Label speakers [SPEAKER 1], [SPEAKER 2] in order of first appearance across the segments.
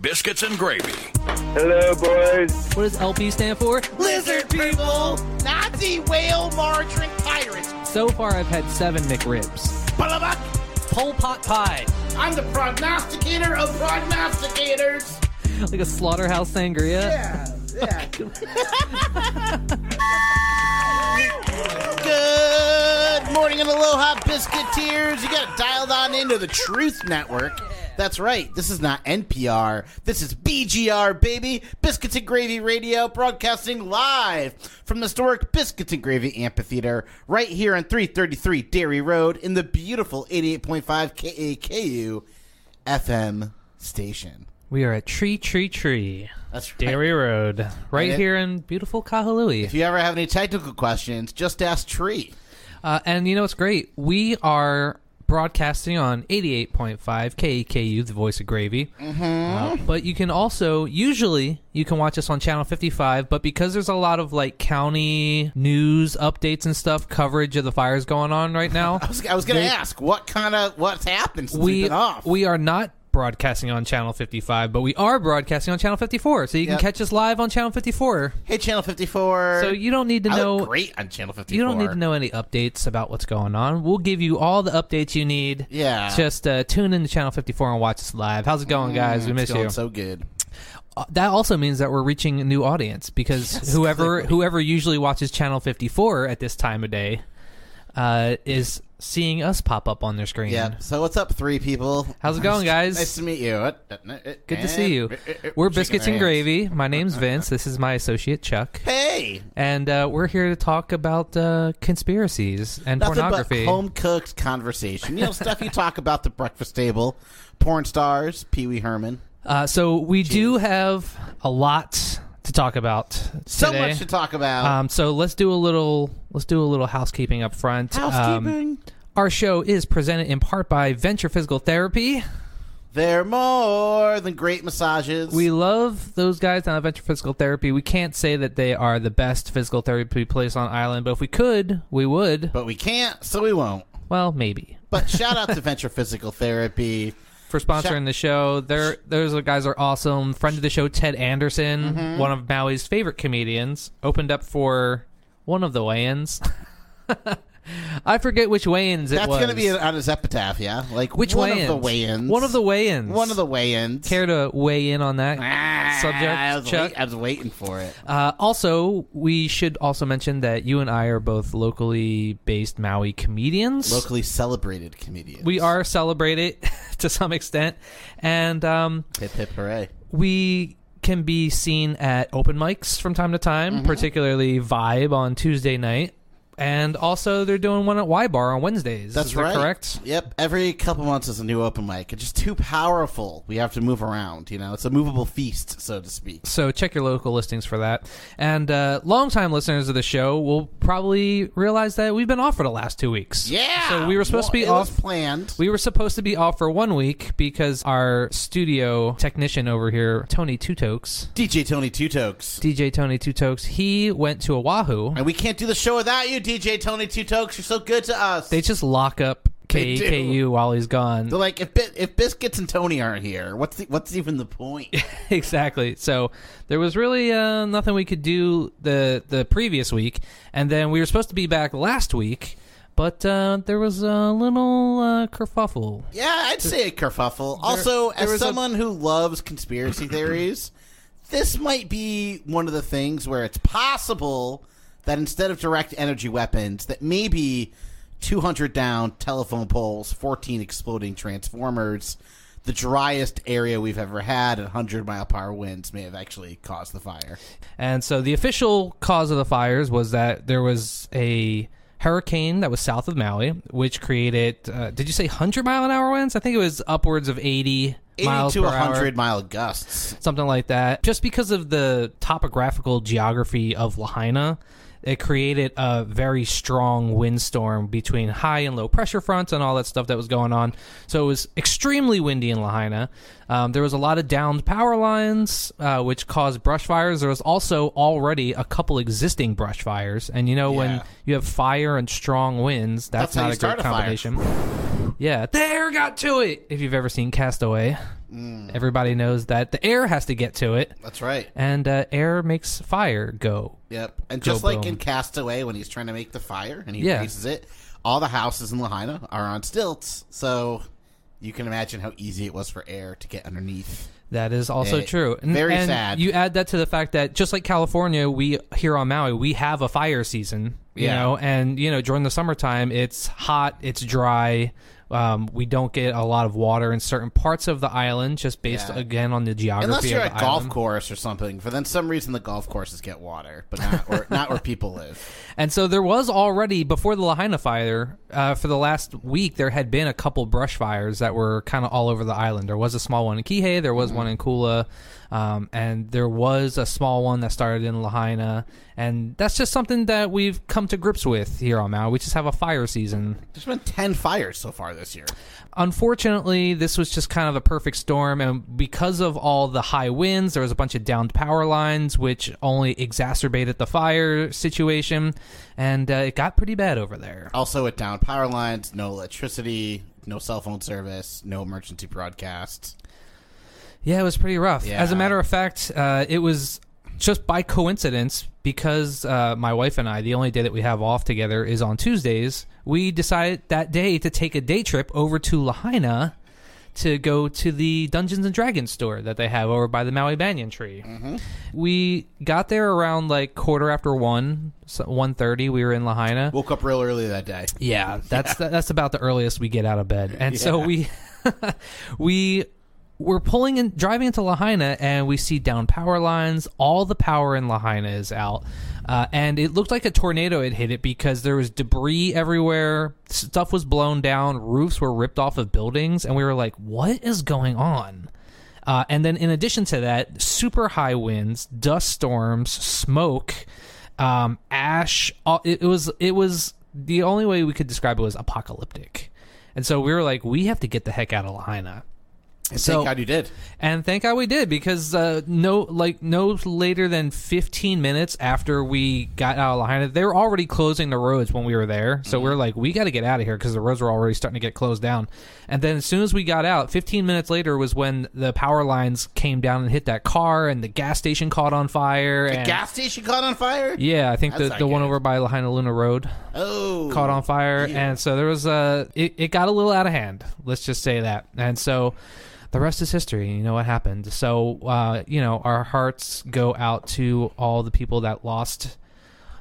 [SPEAKER 1] biscuits and gravy.
[SPEAKER 2] Hello, boys.
[SPEAKER 3] What does LP stand for?
[SPEAKER 4] Lizard people, Nazi whale margarine pirates.
[SPEAKER 3] So far, I've had seven McRibs.
[SPEAKER 4] Bullabuck.
[SPEAKER 5] Pole pot pie.
[SPEAKER 4] I'm the prognosticator of prognosticators.
[SPEAKER 3] Like a slaughterhouse sangria.
[SPEAKER 4] Yeah, yeah. Good morning and aloha, biscuiteers. You got to dial on into the Truth Network. That's right. This is not NPR. This is BGR, baby. Biscuits and Gravy Radio, broadcasting live from the historic Biscuits and Gravy Amphitheater, right here on 333 Dairy Road in the beautiful 88.5 KAKU FM station.
[SPEAKER 3] We are at Tree Tree Tree,
[SPEAKER 4] That's right.
[SPEAKER 3] Dairy Road, right
[SPEAKER 4] And it-
[SPEAKER 3] here in beautiful
[SPEAKER 4] If
[SPEAKER 3] Kahului.
[SPEAKER 4] you ever have any technical questions, just ask Tree.
[SPEAKER 3] Uh, and you know what's great? We are broadcasting on 88.5 KEKU, E the voice of gravy. Mm-hmm. but you can also, usually, you can watch us on Channel 55, but because there's a lot of like county news updates and stuff, coverage of the fires going on right now.
[SPEAKER 4] I was, I was going to ask what kind of what's happened since we,
[SPEAKER 3] we
[SPEAKER 4] have been off.
[SPEAKER 3] we are not broadcasting on channel 55 but we are broadcasting on channel 54 so you
[SPEAKER 4] Yep.
[SPEAKER 3] can catch us live on channel 54
[SPEAKER 4] hey, Channel Fifty Four.
[SPEAKER 3] so you don't need to
[SPEAKER 4] I
[SPEAKER 3] know
[SPEAKER 4] look great on Channel Fifty Four.
[SPEAKER 3] you don't need to know any updates about what's going on we'll give you all the updates you need
[SPEAKER 4] Yeah. Mm,
[SPEAKER 3] just uh, tune into channel 54 and watch us live how's it going guys we miss
[SPEAKER 4] It's going
[SPEAKER 3] you
[SPEAKER 4] so good.
[SPEAKER 3] Uh, that also means that we're reaching a new audience because whoever whoever usually watches channel 54 at this time of day uh, is seeing us pop up on their screen
[SPEAKER 4] Yeah. So what's up, three people?
[SPEAKER 3] How's it going, guys?
[SPEAKER 4] nice to uh, meet you.
[SPEAKER 3] Good to see you. We're Biscuits and Gravy. My name's Vince. This is my associate Chuck.
[SPEAKER 4] Hey,
[SPEAKER 3] And uh, we're here to talk about uh, conspiracies and
[SPEAKER 4] nothing
[SPEAKER 3] pornography.
[SPEAKER 4] but home cooked conversation. You know stuff you talk about the breakfast table, porn stars, Pee Wee Herman.
[SPEAKER 3] Uh, so we do have a lot to talk about today.
[SPEAKER 4] So much to talk about.
[SPEAKER 3] Um, so let's do a little let's do a little housekeeping up front. Um,
[SPEAKER 4] Housekeeping.
[SPEAKER 3] our show is presented in part by Venture Physical Therapy.
[SPEAKER 4] They're more than great massages.
[SPEAKER 3] We love those guys down at Venture Physical Therapy. We can't say that they are the best physical therapy place on island, but if we could, we would.
[SPEAKER 4] but we can't, so we won't.
[SPEAKER 3] Well, maybe.
[SPEAKER 4] But shout out to Venture Physical Therapy.
[SPEAKER 3] for sponsoring the show. They're those are- guys are awesome. Friend of the show, Ted Anderson,
[SPEAKER 4] Mm-hmm.
[SPEAKER 3] one of Maui's favorite comedians, opened up for one of the weigh-ins. I forget which weigh-ins it
[SPEAKER 4] That's
[SPEAKER 3] was.
[SPEAKER 4] going to be on his epitaph, yeah. Like
[SPEAKER 3] which
[SPEAKER 4] one
[SPEAKER 3] weigh-ins?
[SPEAKER 4] of the weigh-ins.
[SPEAKER 3] One of the weigh-ins.
[SPEAKER 4] one of the weigh-ins. Ah,
[SPEAKER 3] Care to weigh in on that
[SPEAKER 4] I
[SPEAKER 3] subject,
[SPEAKER 4] was,
[SPEAKER 3] Chuck?
[SPEAKER 4] wait- I was waiting for it.
[SPEAKER 3] Uh, also, we should also mention that you and I are both locally based Maui comedians.
[SPEAKER 4] Locally celebrated comedian.
[SPEAKER 3] We are celebrated to some extent, and um,
[SPEAKER 4] hip hip hooray.
[SPEAKER 3] we can be seen at open mics from time to time,
[SPEAKER 4] Mm-hmm.
[SPEAKER 3] particularly Vibe on Tuesday night. And also, they're doing one at Y Bar on Wednesdays.
[SPEAKER 4] That's
[SPEAKER 3] Is that
[SPEAKER 4] right.
[SPEAKER 3] correct?
[SPEAKER 4] Yep. Every couple months is a new open mic. It's just too powerful. We have to move around. You know, it's a movable feast, so to speak.
[SPEAKER 3] So check your local listings for that. And uh, longtime listeners of the show will probably realize that we've been off for the last two weeks.
[SPEAKER 4] Yeah.
[SPEAKER 3] So we were supposed to be
[SPEAKER 4] Well, it was
[SPEAKER 3] off
[SPEAKER 4] planned.
[SPEAKER 3] We were supposed to be off for one week because our studio technician over here, Tony Tutokes,
[SPEAKER 4] DJ Tony Two Tokes.
[SPEAKER 3] DJ Tony Tutokes, he went to Oahu.
[SPEAKER 4] And we can't do the show without you, DJ Tony Two Tokes. You're so good to us.
[SPEAKER 3] They just lock up
[SPEAKER 4] They do.
[SPEAKER 3] KEKU while he's gone.
[SPEAKER 4] They're like if Bi- if Biscuits and Tony aren't here, what's the, what's even the point?
[SPEAKER 3] exactly. So there was really uh, nothing we could do the the previous week, and then we were supposed to be back last week, but uh, there was a little uh, kerfuffle.
[SPEAKER 4] yeah, I'd say a kerfuffle. also,
[SPEAKER 3] there
[SPEAKER 4] as
[SPEAKER 3] was a-
[SPEAKER 4] someone who loves conspiracy theories, this might be one of the things where it's possible that instead of direct energy weapons, that maybe 200 down telephone poles, 14 exploding transformers, the driest area we've ever had, and 100 mile per hour winds may have actually caused the fire.
[SPEAKER 3] And so the official cause of the fires was that there was a hurricane that was south of Maui, which created. Uh, did you say hundred mile an hour winds? I think it was upwards of eighty.
[SPEAKER 4] 80
[SPEAKER 3] miles
[SPEAKER 4] to
[SPEAKER 3] per
[SPEAKER 4] 100
[SPEAKER 3] hour.
[SPEAKER 4] mile gusts.
[SPEAKER 3] something like that. Just because of the topographical geography of Lahaina, it created a very strong windstorm between high and low pressure fronts and all that stuff that was going on. So it was extremely windy in Lahaina. Um, there was a lot of downed power lines, uh, which caused brush fires. There was also already a couple existing brush fires, and you know
[SPEAKER 4] Yeah.
[SPEAKER 3] when you have fire and strong winds, that's,
[SPEAKER 4] That's how
[SPEAKER 3] not
[SPEAKER 4] you
[SPEAKER 3] a great
[SPEAKER 4] start a fire.
[SPEAKER 3] combination. Yeah, there got to it. If you've ever seen Castaway,
[SPEAKER 4] Mm.
[SPEAKER 3] Everybody knows that the air has to get to it,
[SPEAKER 4] That's right.
[SPEAKER 3] and uh, air makes fire go.
[SPEAKER 4] Yep. And
[SPEAKER 3] Go
[SPEAKER 4] just like
[SPEAKER 3] boom.
[SPEAKER 4] in Castaway, when he's trying to make the fire and he
[SPEAKER 3] Yeah.
[SPEAKER 4] raises it, all the houses in Lahaina are on stilts. So you can imagine how easy it was for air to get underneath.
[SPEAKER 3] That is also
[SPEAKER 4] Eh,
[SPEAKER 3] true. N-
[SPEAKER 4] very
[SPEAKER 3] and
[SPEAKER 4] sad.
[SPEAKER 3] You add that to the fact that just like California, we here on Maui, we have a fire season. You
[SPEAKER 4] Yeah.
[SPEAKER 3] know, and you know during the summertime, it's hot, it's dry. Um, we don't get a lot of water in certain parts of the island, just based
[SPEAKER 4] Yeah.
[SPEAKER 3] again on the geography.
[SPEAKER 4] Unless you're
[SPEAKER 3] of
[SPEAKER 4] at
[SPEAKER 3] the
[SPEAKER 4] a
[SPEAKER 3] island.
[SPEAKER 4] golf course or something, for then some reason the golf courses get water, but not where, not where people live.
[SPEAKER 3] And so there was already before the Lahaina fire uh, for the last week. There had been a couple brush fires that were kind of all over the island. There was a small one in Kihei. There was one in Kula, um, and there was a small one that started in Lahaina. And that's just something that we've come to grips with here on Maui. We just have a fire season.
[SPEAKER 4] There's been ten fires so far this year.
[SPEAKER 3] Unfortunately, this was just kind of a perfect storm, and because of all the high winds, there was a bunch of downed power lines, which only exacerbated the fire situation, and uh, it got pretty bad over there.
[SPEAKER 4] Also, with down power lines, no electricity, no cell phone service, no emergency broadcasts.
[SPEAKER 3] Yeah, it was pretty rough.
[SPEAKER 4] Yeah.
[SPEAKER 3] As a matter of fact, uh, it was just by coincidence because uh, my wife and I, the only day that we have off together is on Tuesdays. We decided that day to take a day trip over to Lahaina to go to the Dungeons and Dragons store that they have over by the Maui Banyan tree. We got there around like quarter after one, so one thirty. We were in Lahaina.
[SPEAKER 4] Woke up real early that day.
[SPEAKER 3] Yeah, that's that's about the earliest we get out of bed, and so we we we're pulling in, driving into Lahaina, and we see down power lines. All the power in Lahaina is out, uh, and it looked like a tornado had hit it because there was debris everywhere. Stuff was blown down, roofs were ripped off of buildings, and we were like, "What is going on?" Uh, and then, in addition to that, super high winds, dust storms, smoke, um, ash. All, it, it was it was the only way we could describe it was apocalyptic. And so we were like, we have to get the heck out of Lahaina.
[SPEAKER 4] And
[SPEAKER 3] So-
[SPEAKER 4] thank God you did.
[SPEAKER 3] And thank God we did because uh, no, like no later than fifteen minutes after we got out of Lahaina, they were already closing the roads when we were there.
[SPEAKER 4] Mm-hmm.
[SPEAKER 3] So we were like, we got to get out of here because the roads were already starting to get closed down. And then as soon as we got out, fifteen minutes later was when the power lines came down and hit that car, and the gas station caught on fire. and
[SPEAKER 4] Gas station caught on fire.
[SPEAKER 3] yeah, I think
[SPEAKER 4] That's
[SPEAKER 3] the,
[SPEAKER 4] not
[SPEAKER 3] the one
[SPEAKER 4] good.
[SPEAKER 3] over by Lahaina Luna Road
[SPEAKER 4] Oh,
[SPEAKER 3] caught on fire,
[SPEAKER 4] Yeah.
[SPEAKER 3] and so there was a it, it got a little out of hand. Let's just say that, and so the rest is history. You know what happened. So uh, you know our hearts go out to all the people that lost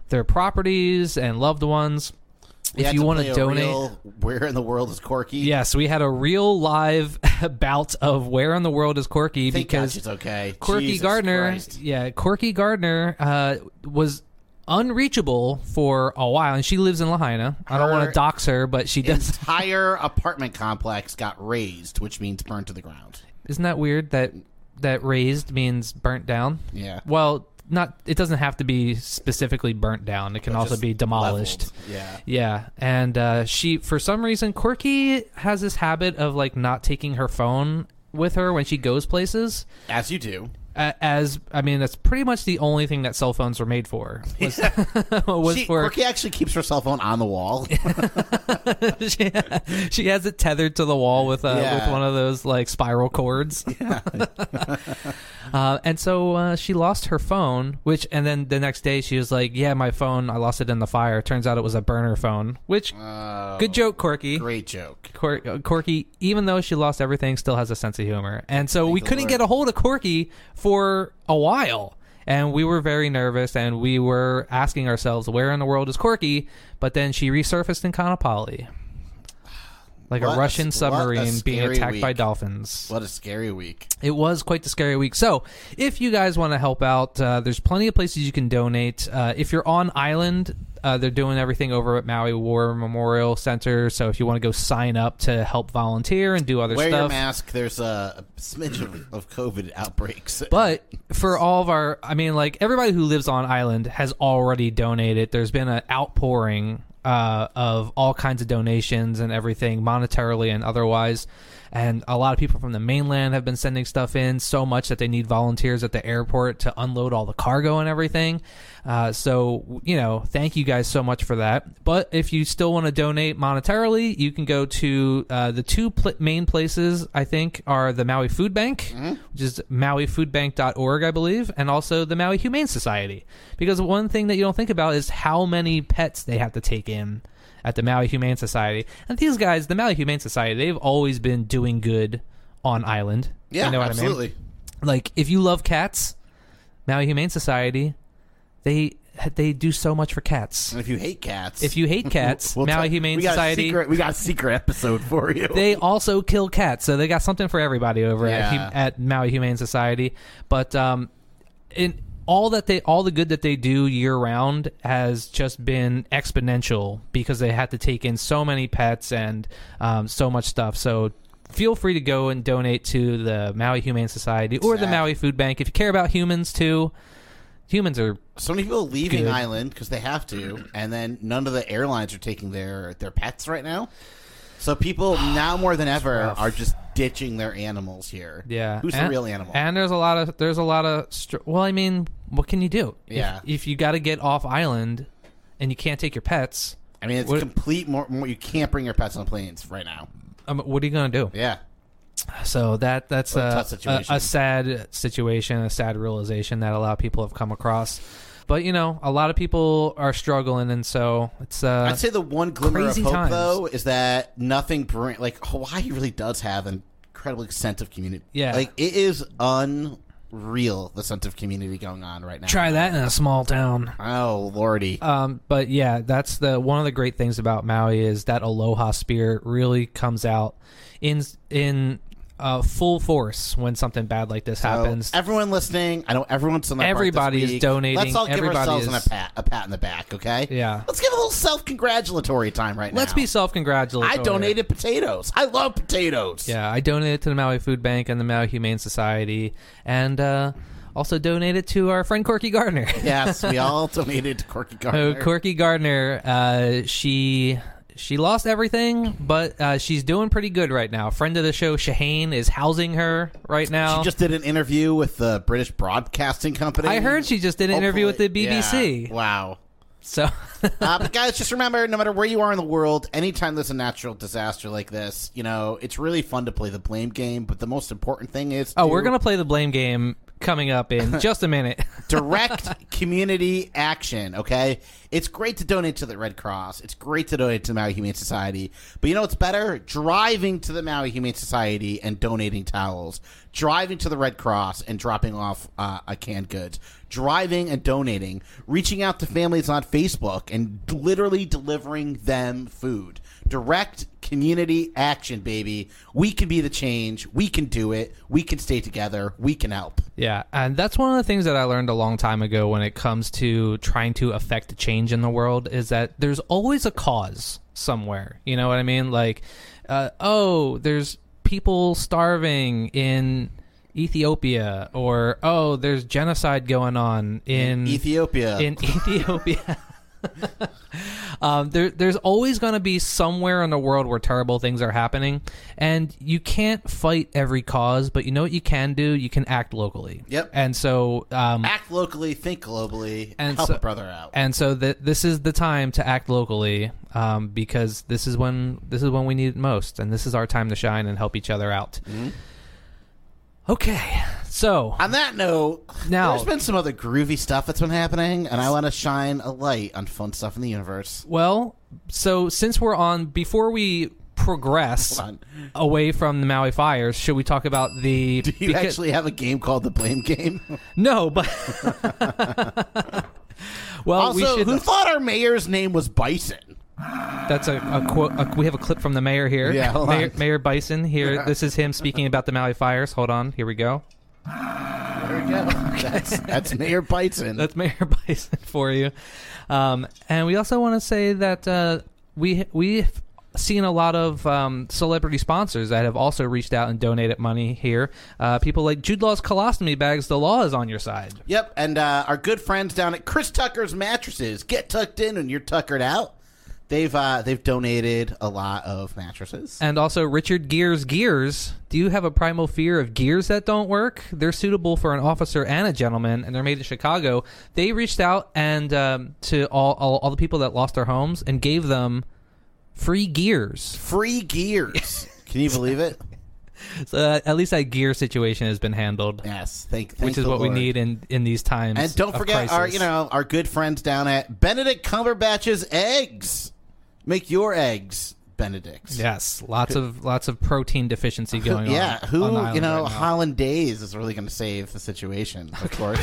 [SPEAKER 3] their properties and loved ones.
[SPEAKER 4] We
[SPEAKER 3] if
[SPEAKER 4] had
[SPEAKER 3] you
[SPEAKER 4] to
[SPEAKER 3] want
[SPEAKER 4] play
[SPEAKER 3] to
[SPEAKER 4] a
[SPEAKER 3] donate,
[SPEAKER 4] real where in the world is Corky?
[SPEAKER 3] yes, we had a real live bout of where in the world is Corky
[SPEAKER 4] Thank God
[SPEAKER 3] because
[SPEAKER 4] she's okay.
[SPEAKER 3] Corky
[SPEAKER 4] Jesus
[SPEAKER 3] Gardner,
[SPEAKER 4] Christ.
[SPEAKER 3] yeah, Corky Gardner uh, was unreachable for a while, and she lives in Lahaina. I don't
[SPEAKER 4] Her-
[SPEAKER 3] want to dox her, but she does.
[SPEAKER 4] entire apartment complex got raised, which means burned to the ground.
[SPEAKER 3] Isn't that weird that that raised means burnt down?
[SPEAKER 4] Yeah.
[SPEAKER 3] Well, not. It doesn't have to be specifically burnt down. It can also
[SPEAKER 4] just
[SPEAKER 3] be demolished.
[SPEAKER 4] leveled. Yeah.
[SPEAKER 3] Yeah, and uh, she, for some reason, Corky has this habit of like not taking her phone with her when she goes places.
[SPEAKER 4] As you do.
[SPEAKER 3] a- as I mean, that's pretty much the only thing that cell phones were made for. Was, was
[SPEAKER 4] She,
[SPEAKER 3] for
[SPEAKER 4] Corky actually keeps her cell phone on the wall.
[SPEAKER 3] she, she has it tethered to the wall with uh,
[SPEAKER 4] Yeah.
[SPEAKER 3] with one of those like spiral cords. uh, and so uh, she lost her phone, which and then the next day she was like, "Yeah, my phone. I lost it in the fire. Turns out it was a burner phone." Which good joke, Corky.
[SPEAKER 4] Uh, Great joke.
[SPEAKER 3] Cor- uh, Corky, even though she lost everything, still has a sense of humor. And so we couldn't get a hold of Corky for a while. And we were very nervous and we were asking ourselves, where in the world is Corky? But then she resurfaced in Konopali. Like
[SPEAKER 4] What
[SPEAKER 3] a
[SPEAKER 4] a-
[SPEAKER 3] Russian
[SPEAKER 4] what a
[SPEAKER 3] submarine being
[SPEAKER 4] scary
[SPEAKER 3] attacked by
[SPEAKER 4] week.
[SPEAKER 3] dolphins.
[SPEAKER 4] What a scary week.
[SPEAKER 3] It was quite the scary week. So, if you guys want to help out, uh, there's plenty of places you can donate. Uh, if you're on island, uh, they're doing everything over at Maui War Memorial Center. So, if you want to go sign up to help volunteer and do other
[SPEAKER 4] Wear your
[SPEAKER 3] stuff,
[SPEAKER 4] mask. There's a, a smidge of, of COVID outbreaks.
[SPEAKER 3] but for all of our, I mean, like everybody who lives on island has already donated. There's been an outpouring uh, of all kinds of donations and everything, monetarily and otherwise. and a lot of people from the mainland have been sending stuff in so much that they need volunteers at the airport to unload all the cargo and everything. Uh, so you know, thank you guys so much for that. But if you still want to donate monetarily, you can go to uh, the two pl- main places I think are the Maui Food Bank,
[SPEAKER 4] Mm-hmm.
[SPEAKER 3] which is mauifoodbank.org, I believe, and also the Maui Humane Society. Because one thing that you don't think about is how many pets they have to take in at the Maui Humane Society. And these guys, the Maui Humane Society, they've always been doing good on island. You
[SPEAKER 4] Yeah,
[SPEAKER 3] know what I mean?
[SPEAKER 4] absolutely.
[SPEAKER 3] Like if you love cats, Maui Humane Society, they they do so much for cats.
[SPEAKER 4] And if you hate cats,
[SPEAKER 3] If you hate cats,
[SPEAKER 4] We'll
[SPEAKER 3] Maui
[SPEAKER 4] tell-
[SPEAKER 3] Humane
[SPEAKER 4] we got a
[SPEAKER 3] Society,
[SPEAKER 4] secret- we got a secret episode for you.
[SPEAKER 3] they also kill cats, so they got something for everybody over at,
[SPEAKER 4] Yeah.
[SPEAKER 3] Hu- at Maui Humane Society. But um, in all that they, all the good that they do year round has just been exponential because they had to take in so many pets and um, so much stuff. So feel free to go and donate to the Maui Humane Society or the
[SPEAKER 4] Exactly.
[SPEAKER 3] Maui Food Bank if you care about humans too. Humans are
[SPEAKER 4] so many people leaving
[SPEAKER 3] Good.
[SPEAKER 4] island because they have to, and then none of the airlines are taking their their pets right now. So people now more than ever are just ditching their animals here.
[SPEAKER 3] Yeah,
[SPEAKER 4] who's the
[SPEAKER 3] And-
[SPEAKER 4] real animal?
[SPEAKER 3] And there's a lot of there's a lot of str- well, I mean, what can you do? If-
[SPEAKER 4] Yeah.
[SPEAKER 3] if, you got to get off island and you can't take your pets,
[SPEAKER 4] I mean, it's
[SPEAKER 3] what-
[SPEAKER 4] complete. More, more, you can't bring your pets on planes right now.
[SPEAKER 3] um, what are you gonna do?
[SPEAKER 4] Yeah,
[SPEAKER 3] So that that's
[SPEAKER 4] Well,
[SPEAKER 3] a,
[SPEAKER 4] tough
[SPEAKER 3] a,
[SPEAKER 4] situation.
[SPEAKER 3] a sad situation, a sad realization that a lot of people have come across. But you know, a lot of people are struggling, and so it's uh,
[SPEAKER 4] I'd say the one glimmer of
[SPEAKER 3] crazy
[SPEAKER 4] hope
[SPEAKER 3] times.
[SPEAKER 4] though is that nothing bring like Hawaii really does have an incredible sense of community.
[SPEAKER 3] Yeah.
[SPEAKER 4] like it is unreal the sense of community going on right now.
[SPEAKER 3] try that in a small town.
[SPEAKER 4] Oh lordy,
[SPEAKER 3] Um, but yeah, that's the one of the great things about Maui is that aloha spirit really comes out in in uh, full force when something bad like this
[SPEAKER 4] So,
[SPEAKER 3] happens.
[SPEAKER 4] Oh, everyone listening, I know everyone's on the
[SPEAKER 3] Everybody is donating.
[SPEAKER 4] Let's all give
[SPEAKER 3] Everybody
[SPEAKER 4] ourselves
[SPEAKER 3] is-
[SPEAKER 4] an- a pat, a pat in the back, okay?
[SPEAKER 3] Yeah.
[SPEAKER 4] Let's give a little self congratulatory time right now.
[SPEAKER 3] Let's be self congratulatory.
[SPEAKER 4] I donated potatoes. I love potatoes.
[SPEAKER 3] Yeah, I donated to the Maui Food Bank and the Maui Humane Society, and uh, also donated to our friend Corky Gardner.
[SPEAKER 4] Yes, we all donated to Corky
[SPEAKER 3] So
[SPEAKER 4] Gardner.
[SPEAKER 3] Corky Gardner, uh, she she lost everything, but uh, she's doing pretty good right now. Friend of the show, Shahane, is housing her right now.
[SPEAKER 4] She just did an interview with the British Broadcasting Company.
[SPEAKER 3] I heard she just did an interview with the
[SPEAKER 4] Hopefully-
[SPEAKER 3] BBC.
[SPEAKER 4] Yeah. Wow.
[SPEAKER 3] So
[SPEAKER 4] Uh, but guys, just remember, no matter where you are in the world, anytime there's a natural disaster like this, you know it's really fun to play the blame game. But the most important thing is,
[SPEAKER 3] Oh, we're
[SPEAKER 4] to-
[SPEAKER 3] going to play the blame game coming up in just a minute.
[SPEAKER 4] direct community action. Okay, it's great to donate to the Red Cross. It's great to donate to the Maui Humane Society. But you know what's better? Driving to the Maui Humane Society and donating towels. Driving to the Red Cross and dropping off uh, a canned goods. Driving and donating. Reaching out to families on Facebook and literally delivering them food. Direct community action, baby. We can be the change. We can do it. We can stay together. We can help.
[SPEAKER 3] yeah, and that's one of the things that I learned a long time ago when it comes to trying to affect change in the world is that there's always a cause somewhere. You know what I mean? Like, uh, oh, there's people starving in Ethiopia, or oh, there's genocide going on in
[SPEAKER 4] Ethiopia.
[SPEAKER 3] Mm. in Ethiopia. um, there, there's always going to be somewhere in the world where terrible things are happening, and you can't fight every cause. But you know what you can do? You can act locally.
[SPEAKER 4] Yep.
[SPEAKER 3] And so, um,
[SPEAKER 4] act locally, think globally,
[SPEAKER 3] And
[SPEAKER 4] help
[SPEAKER 3] so-
[SPEAKER 4] a brother out.
[SPEAKER 3] and so that this is the time to act locally, um, because this is when this is when we need it most, and this is our time to shine and help each other out.
[SPEAKER 4] Mm-hmm.
[SPEAKER 3] Okay, so
[SPEAKER 4] on that note,
[SPEAKER 3] Now-
[SPEAKER 4] there's been some other groovy stuff that's been happening, and I want to shine a light on fun stuff in the universe.
[SPEAKER 3] Well, so since we're on, before we progress
[SPEAKER 4] Hold on.
[SPEAKER 3] away from the Maui fires, should we talk about the?
[SPEAKER 4] Do you
[SPEAKER 3] because-
[SPEAKER 4] actually have a game called the Blame Game?
[SPEAKER 3] no, but well, we
[SPEAKER 4] also,
[SPEAKER 3] should.
[SPEAKER 4] who thought our mayor's name was Bison?
[SPEAKER 3] that's a, a quote. A, we have a clip from the mayor here.
[SPEAKER 4] Yeah, hold
[SPEAKER 3] Mayor,
[SPEAKER 4] on.
[SPEAKER 3] Mayor Bison here. This is him speaking about the Maui fires. Hold on, here we go.
[SPEAKER 4] There we go. That's, that's Mayor Bison.
[SPEAKER 3] That's Mayor Bison for you. Um, and we also want to say that uh, we we've seen a lot of um, celebrity sponsors that have also reached out and donated money here. Uh, people like Jude Law's colostomy bags. The law is on your side.
[SPEAKER 4] Yep, and uh, our good friends down at Chris Tucker's Mattresses. Get tucked in when you're tuckered out. They've uh, they've donated a lot of mattresses.
[SPEAKER 3] And also, Richard Gears Gears. Do you have a primal fear of gears that don't work? They're suitable for an officer and a gentleman, and they're made in Chicago. They reached out and um, to all, all all the people that lost their homes and gave them free gears.
[SPEAKER 4] Free gears. Can you believe it?
[SPEAKER 3] So uh, at least that gear situation has been handled,
[SPEAKER 4] Yes. Thank. thank
[SPEAKER 3] which is
[SPEAKER 4] the
[SPEAKER 3] what we
[SPEAKER 4] Lord.
[SPEAKER 3] need in in these times.
[SPEAKER 4] And don't
[SPEAKER 3] of
[SPEAKER 4] forget our
[SPEAKER 3] crisis.
[SPEAKER 4] you know our good friends down at Benedict Cumberbatch's eggs. Make your eggs Benedict's.
[SPEAKER 3] Yes, lots of lots of protein deficiency going on.
[SPEAKER 4] yeah, who
[SPEAKER 3] on the island
[SPEAKER 4] you
[SPEAKER 3] right
[SPEAKER 4] know
[SPEAKER 3] now.
[SPEAKER 4] Hollandaise is really going to save the situation, of course.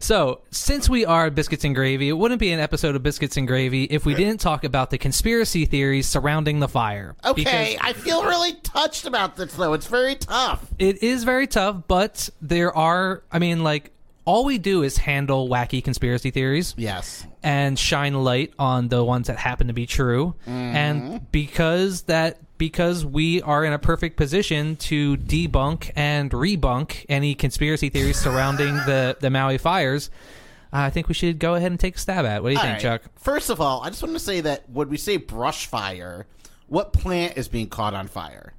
[SPEAKER 3] So, since we are Biscuits and Gravy, it wouldn't be an episode of Biscuits and Gravy if we didn't talk about the conspiracy theories surrounding the fire.
[SPEAKER 4] Okay,
[SPEAKER 3] Because
[SPEAKER 4] I feel really touched about this though. It's very tough.
[SPEAKER 3] it is very tough, but there are, I mean, like, all we do is handle wacky conspiracy theories
[SPEAKER 4] Yes,
[SPEAKER 3] and shine light on the ones that happen to be true.
[SPEAKER 4] Mm-hmm.
[SPEAKER 3] And because that because we are in a perfect position to debunk and rebunk any conspiracy theories surrounding the the Maui fires, I think we should go ahead and take a stab at. it. What do you think,
[SPEAKER 4] All
[SPEAKER 3] Chuck?
[SPEAKER 4] right. First of all, I just want to say that when we say brush fire, what plant is being caught on fire?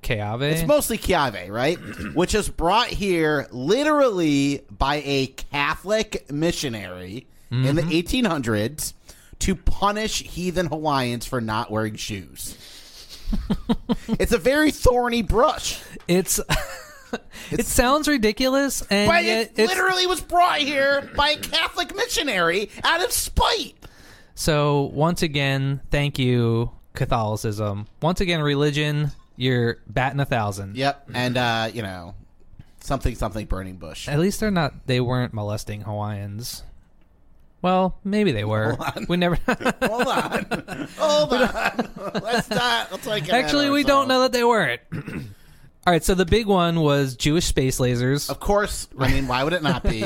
[SPEAKER 3] Keave?
[SPEAKER 4] It's mostly Chiave, right? Which is brought here literally by a Catholic missionary in
[SPEAKER 3] Mm-hmm.
[SPEAKER 4] the 1800s to punish heathen Hawaiians for not wearing shoes. it's a very thorny brush,
[SPEAKER 3] it's it sounds ridiculous, and
[SPEAKER 4] but
[SPEAKER 3] yet
[SPEAKER 4] it
[SPEAKER 3] it's-
[SPEAKER 4] literally was brought here by a Catholic missionary out of spite.
[SPEAKER 3] so. Once again, thank you, Catholicism. Once again, religion. You're batting a thousand.
[SPEAKER 4] Yep, and uh, you know, something something burning bush.
[SPEAKER 3] At least they're not. They weren't molesting Hawaiians. Well, maybe they were. We never.
[SPEAKER 4] Hold on. Hold on. Let's not. Let's not get ahead of
[SPEAKER 3] Actually, we don't
[SPEAKER 4] ourselves.
[SPEAKER 3] know that they weren't. All right, so the big one was Jewish space lasers,
[SPEAKER 4] Of course. I mean, why would it not be?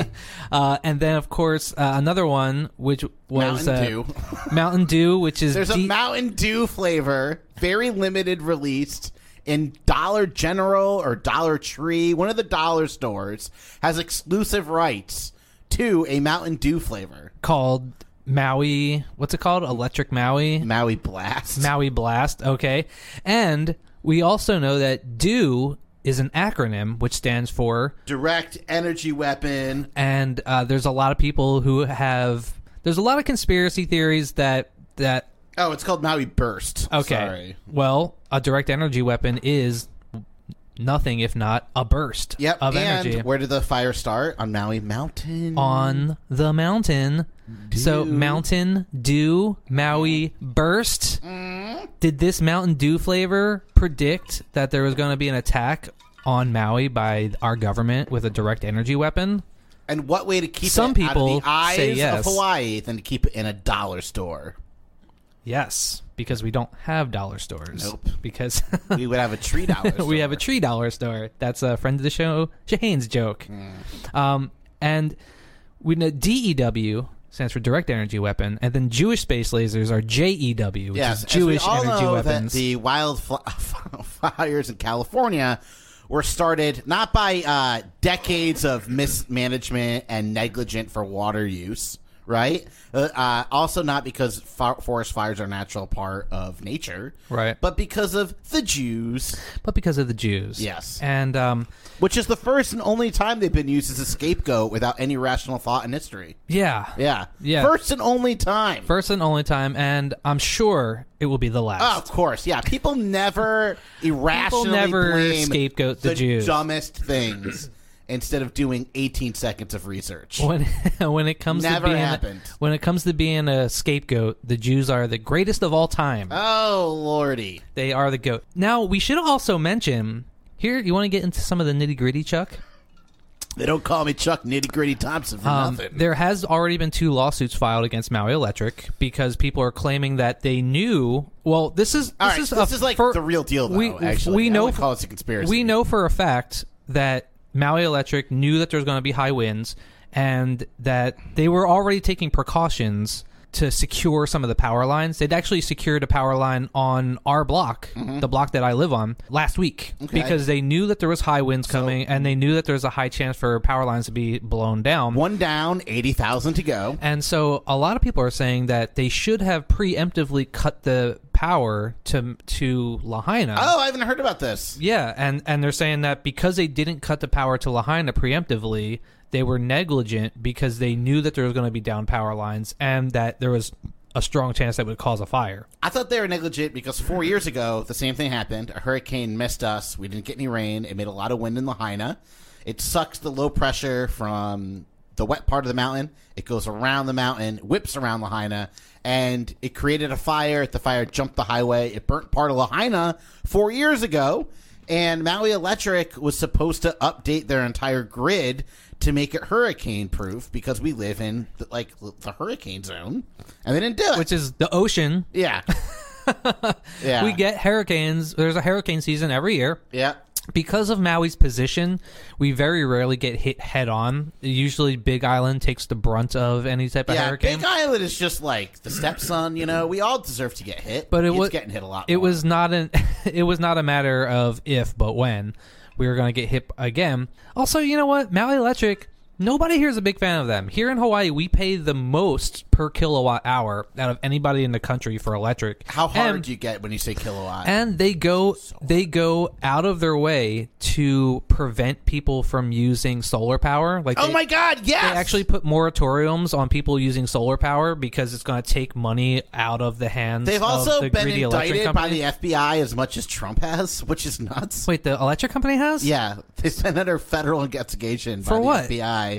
[SPEAKER 3] uh, and then of course uh, another one, which was
[SPEAKER 4] Mountain
[SPEAKER 3] uh,
[SPEAKER 4] Dew.
[SPEAKER 3] Mountain Dew, which is
[SPEAKER 4] There's a
[SPEAKER 3] D-
[SPEAKER 4] Mountain Dew flavor, very limited released in Dollar General or Dollar Tree, one of the dollar stores, has exclusive rights to a Mountain Dew flavor.
[SPEAKER 3] called Maui. What's it called? Electric Maui.
[SPEAKER 4] Maui Blast.
[SPEAKER 3] Maui Blast. Okay, and we also know that Dew is an acronym which stands for
[SPEAKER 4] Direct energy weapon.
[SPEAKER 3] and uh, there's a lot of people who have there's a lot of conspiracy theories that that
[SPEAKER 4] Oh, it's called Maui Burst.
[SPEAKER 3] okay
[SPEAKER 4] Sorry.
[SPEAKER 3] well a direct energy weapon is nothing if not a burst
[SPEAKER 4] Yep.
[SPEAKER 3] of
[SPEAKER 4] and
[SPEAKER 3] energy
[SPEAKER 4] where did the fire start? On Maui Mountain.
[SPEAKER 3] on the mountain so mountain dew maui burst
[SPEAKER 4] Mm-hmm.
[SPEAKER 3] did this mountain dew flavor predict that there was going to be an attack on maui by our government with a direct energy weapon
[SPEAKER 4] And what way to keep
[SPEAKER 3] Some
[SPEAKER 4] it out
[SPEAKER 3] people
[SPEAKER 4] of the eyes
[SPEAKER 3] say
[SPEAKER 4] of
[SPEAKER 3] yes.
[SPEAKER 4] Hawaii than to keep it in a dollar store?
[SPEAKER 3] Yes, because we don't have dollar stores.
[SPEAKER 4] Nope.
[SPEAKER 3] Because
[SPEAKER 4] We would have a tree dollar.
[SPEAKER 3] we have a
[SPEAKER 4] store.
[SPEAKER 3] tree dollar store. That's a friend of the show, Shahane's joke.
[SPEAKER 4] Mm.
[SPEAKER 3] Um, and we know DEW stands for Direct Energy Weapon, and then Jewish space lasers are JEW, which
[SPEAKER 4] Yes,
[SPEAKER 3] is
[SPEAKER 4] as we
[SPEAKER 3] Jewish
[SPEAKER 4] all
[SPEAKER 3] Energy
[SPEAKER 4] know
[SPEAKER 3] Weapons.
[SPEAKER 4] That the wildfires in California were started not by uh, decades of mismanagement and negligent for water use, right? Uh, uh, also, not because fo- forest fires are a natural part of nature,
[SPEAKER 3] Right.
[SPEAKER 4] But because of the Jews,
[SPEAKER 3] but because of the Jews.
[SPEAKER 4] Yes.
[SPEAKER 3] And um,
[SPEAKER 4] which is the first and only time they've been used as a scapegoat without any rational thought in history.
[SPEAKER 3] yeah,
[SPEAKER 4] Yeah,
[SPEAKER 3] Yeah.
[SPEAKER 4] First and only time.
[SPEAKER 3] First and only time, and I'm sure it will be the last.
[SPEAKER 4] Oh, of course, yeah. People never irrationally
[SPEAKER 3] never
[SPEAKER 4] blame
[SPEAKER 3] scapegoat the Jews.
[SPEAKER 4] dumbest things instead of doing 18 seconds of research.
[SPEAKER 3] when when it comes
[SPEAKER 4] Never
[SPEAKER 3] to being
[SPEAKER 4] happened.
[SPEAKER 3] when it comes to being a scapegoat, the Jews are the greatest of all time.
[SPEAKER 4] Oh lordy!
[SPEAKER 3] They are the goat. Now we should also mention here. You want to get into some of the nitty gritty, Chuck?
[SPEAKER 4] They don't call me Chuck Nitty Gritty Thompson for
[SPEAKER 3] Um,
[SPEAKER 4] nothing.
[SPEAKER 3] there has already been two lawsuits filed against Maui Electric because people are claiming that they knew. Well, this is this
[SPEAKER 4] All right,
[SPEAKER 3] is
[SPEAKER 4] so
[SPEAKER 3] a
[SPEAKER 4] this is like
[SPEAKER 3] fir-
[SPEAKER 4] the real deal, though.
[SPEAKER 3] we-
[SPEAKER 4] actually,
[SPEAKER 3] we
[SPEAKER 4] I
[SPEAKER 3] know
[SPEAKER 4] wouldn't
[SPEAKER 3] f-
[SPEAKER 4] call it a conspiracy.
[SPEAKER 3] We know for a fact that Maui Electric knew that there's going to be high winds and that they were already taking precautions to secure some of the power lines. They'd actually secured a power line on our block,
[SPEAKER 4] Mm-hmm.
[SPEAKER 3] the block that I live on, last week because they knew that there was high winds coming and they knew that there was a high chance for power lines to be blown down.
[SPEAKER 4] One down, 80,000 to go.
[SPEAKER 3] And so a lot of people are saying that they should have preemptively cut the power to to Lahaina.
[SPEAKER 4] Oh, I haven't heard about this.
[SPEAKER 3] Yeah, and and they're saying that because they didn't cut the power to Lahaina preemptively, they were negligent because they knew that there was going to be down power lines and that there was a strong chance that would cause a fire.
[SPEAKER 4] I thought they were negligent because four years ago, the same thing happened. A hurricane missed us. We didn't get any rain. It made a lot of wind in Lahaina. It sucks the low pressure from the wet part of the mountain. It goes around the mountain, whips around Lahaina, and it created a fire. The fire jumped the highway. It burnt part of Lahaina four years ago. And Maui Electric was supposed to update their entire grid to make it hurricane proof because we live in like the hurricane zone, and they didn't do it.
[SPEAKER 3] Which is the ocean.
[SPEAKER 4] Yeah. yeah.
[SPEAKER 3] We get hurricanes. There's a hurricane season every year.
[SPEAKER 4] Yeah.
[SPEAKER 3] because of Maui's position, we very rarely get hit head on. Usually, Big Island takes the brunt of any type of
[SPEAKER 4] Yeah,
[SPEAKER 3] hurricane.
[SPEAKER 4] Big Island is just like the stepson, you know. We all deserve to get hit,
[SPEAKER 3] but it
[SPEAKER 4] It's
[SPEAKER 3] was
[SPEAKER 4] getting hit a lot.
[SPEAKER 3] It
[SPEAKER 4] more.
[SPEAKER 3] was not an. it was not a matter of if, but when we were going to get hit again. Also, you know what, Maui Electric. Nobody here is a big fan of them. Here in Hawaii, we pay the most per kilowatt hour out of anybody in the country for electric.
[SPEAKER 4] how hard
[SPEAKER 3] And-
[SPEAKER 4] do you get when you say kilowatt?
[SPEAKER 3] and they go they go out of their way to prevent people from using solar power like
[SPEAKER 4] oh
[SPEAKER 3] they,
[SPEAKER 4] my god,
[SPEAKER 3] they
[SPEAKER 4] yes.
[SPEAKER 3] actually put moratoriums on people using solar power because it's going to take money out of the hands
[SPEAKER 4] They've
[SPEAKER 3] of
[SPEAKER 4] also
[SPEAKER 3] the
[SPEAKER 4] been
[SPEAKER 3] greedy electric
[SPEAKER 4] indicted by
[SPEAKER 3] company.
[SPEAKER 4] the FBI as much as Trump has, which is nuts.
[SPEAKER 3] wait the electric company has
[SPEAKER 4] Yeah, they sent under federal investigation
[SPEAKER 3] For
[SPEAKER 4] by
[SPEAKER 3] what?
[SPEAKER 4] the FBI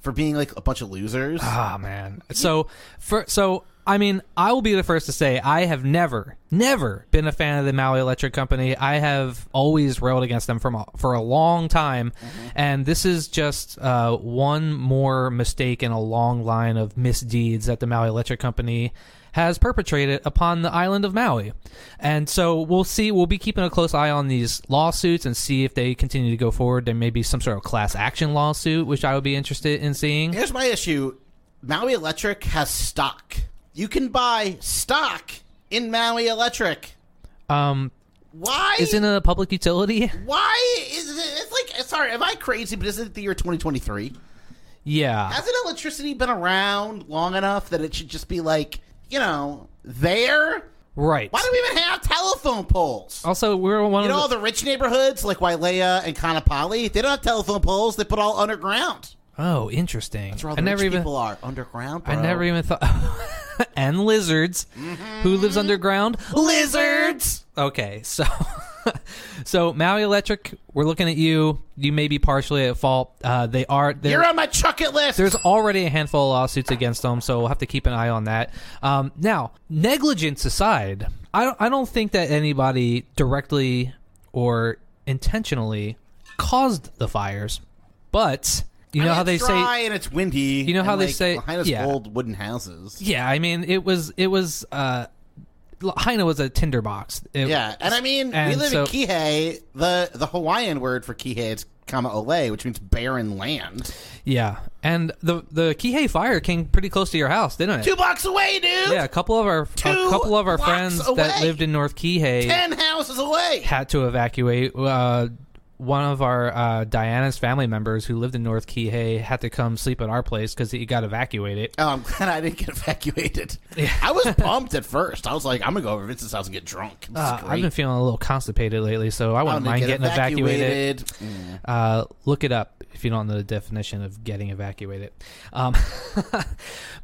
[SPEAKER 4] for being like a bunch of losers.
[SPEAKER 3] Ah man. So for so I mean, I will be the first to say I have never, never been a fan of the Maui Electric Company. I have always railed against them from a, for a long time, and this is just uh, one more mistake in a long line of misdeeds that the Maui Electric Company has perpetrated upon the island of Maui. And so we'll see. We'll be keeping a close eye on these lawsuits and see if they continue to go forward. There may be some sort of class action lawsuit, which I would be interested in seeing.
[SPEAKER 4] Here's my issue Maui Electric has stock. You can buy stock in Maui Electric.
[SPEAKER 3] Um,
[SPEAKER 4] Why?
[SPEAKER 3] isn't it a public utility?
[SPEAKER 4] Why is it? It's like, sorry, am I crazy? But isn't it the year 2023?
[SPEAKER 3] Yeah.
[SPEAKER 4] Hasn't electricity been around long enough that it should just be like, you know, there?
[SPEAKER 3] Right.
[SPEAKER 4] Why do we even have telephone poles?
[SPEAKER 3] also, we're one
[SPEAKER 4] You know,
[SPEAKER 3] of
[SPEAKER 4] all
[SPEAKER 3] the,
[SPEAKER 4] the rich neighborhoods like Wailea and Kanapali, they don't have telephone poles. They put all underground.
[SPEAKER 3] Oh, interesting.
[SPEAKER 4] That's where all
[SPEAKER 3] I
[SPEAKER 4] the
[SPEAKER 3] never
[SPEAKER 4] rich
[SPEAKER 3] even
[SPEAKER 4] people are underground.
[SPEAKER 3] I
[SPEAKER 4] bro.
[SPEAKER 3] never even thought and lizards who lives underground?
[SPEAKER 4] Mm-hmm. lizards.
[SPEAKER 3] Okay. So So Maui Electric, we're looking at you. You may be partially at fault. Uh, they are they're-
[SPEAKER 4] You're on my chucket list.
[SPEAKER 3] there's already a handful of lawsuits against them, so we'll have to keep an eye on that. Um, now, negligence aside, I don't, I don't think that anybody directly or intentionally caused the fires, but you know
[SPEAKER 4] I mean,
[SPEAKER 3] how
[SPEAKER 4] it's
[SPEAKER 3] they
[SPEAKER 4] dry
[SPEAKER 3] say.
[SPEAKER 4] and it's windy. You
[SPEAKER 3] know how they say-
[SPEAKER 4] behind us
[SPEAKER 3] yeah.
[SPEAKER 4] old wooden houses.
[SPEAKER 3] Yeah, I mean it was it was uh, Lahaina was a tinderbox. It-
[SPEAKER 4] Yeah, and I mean, we
[SPEAKER 3] And
[SPEAKER 4] live
[SPEAKER 3] so-
[SPEAKER 4] in Kihei. The the Hawaiian word for Kihei is kama ole, which means barren land.
[SPEAKER 3] yeah, and the the Kihei fire came pretty close to your house, didn't it?
[SPEAKER 4] Two blocks away, dude.
[SPEAKER 3] yeah, a couple of our
[SPEAKER 4] Two
[SPEAKER 3] a couple of our
[SPEAKER 4] blocks
[SPEAKER 3] friends
[SPEAKER 4] away.
[SPEAKER 3] that lived in North Kihei
[SPEAKER 4] ten houses away.
[SPEAKER 3] had to evacuate. Uh, one of our uh, Diana's family members who lived in North Kihei had to come sleep at our place because he got evacuated.
[SPEAKER 4] Oh, I'm glad I didn't get evacuated. I was pumped at first. I was like, I'm gonna go over to Vincent's house and get drunk. This is
[SPEAKER 3] Uh,
[SPEAKER 4] great.
[SPEAKER 3] I've been feeling a little constipated lately, so I
[SPEAKER 4] I'm
[SPEAKER 3] wouldn't
[SPEAKER 4] gonna
[SPEAKER 3] mind
[SPEAKER 4] get
[SPEAKER 3] getting evacuated.
[SPEAKER 4] Mm.
[SPEAKER 3] Uh, look it up if you don't know the definition of getting evacuated. Um,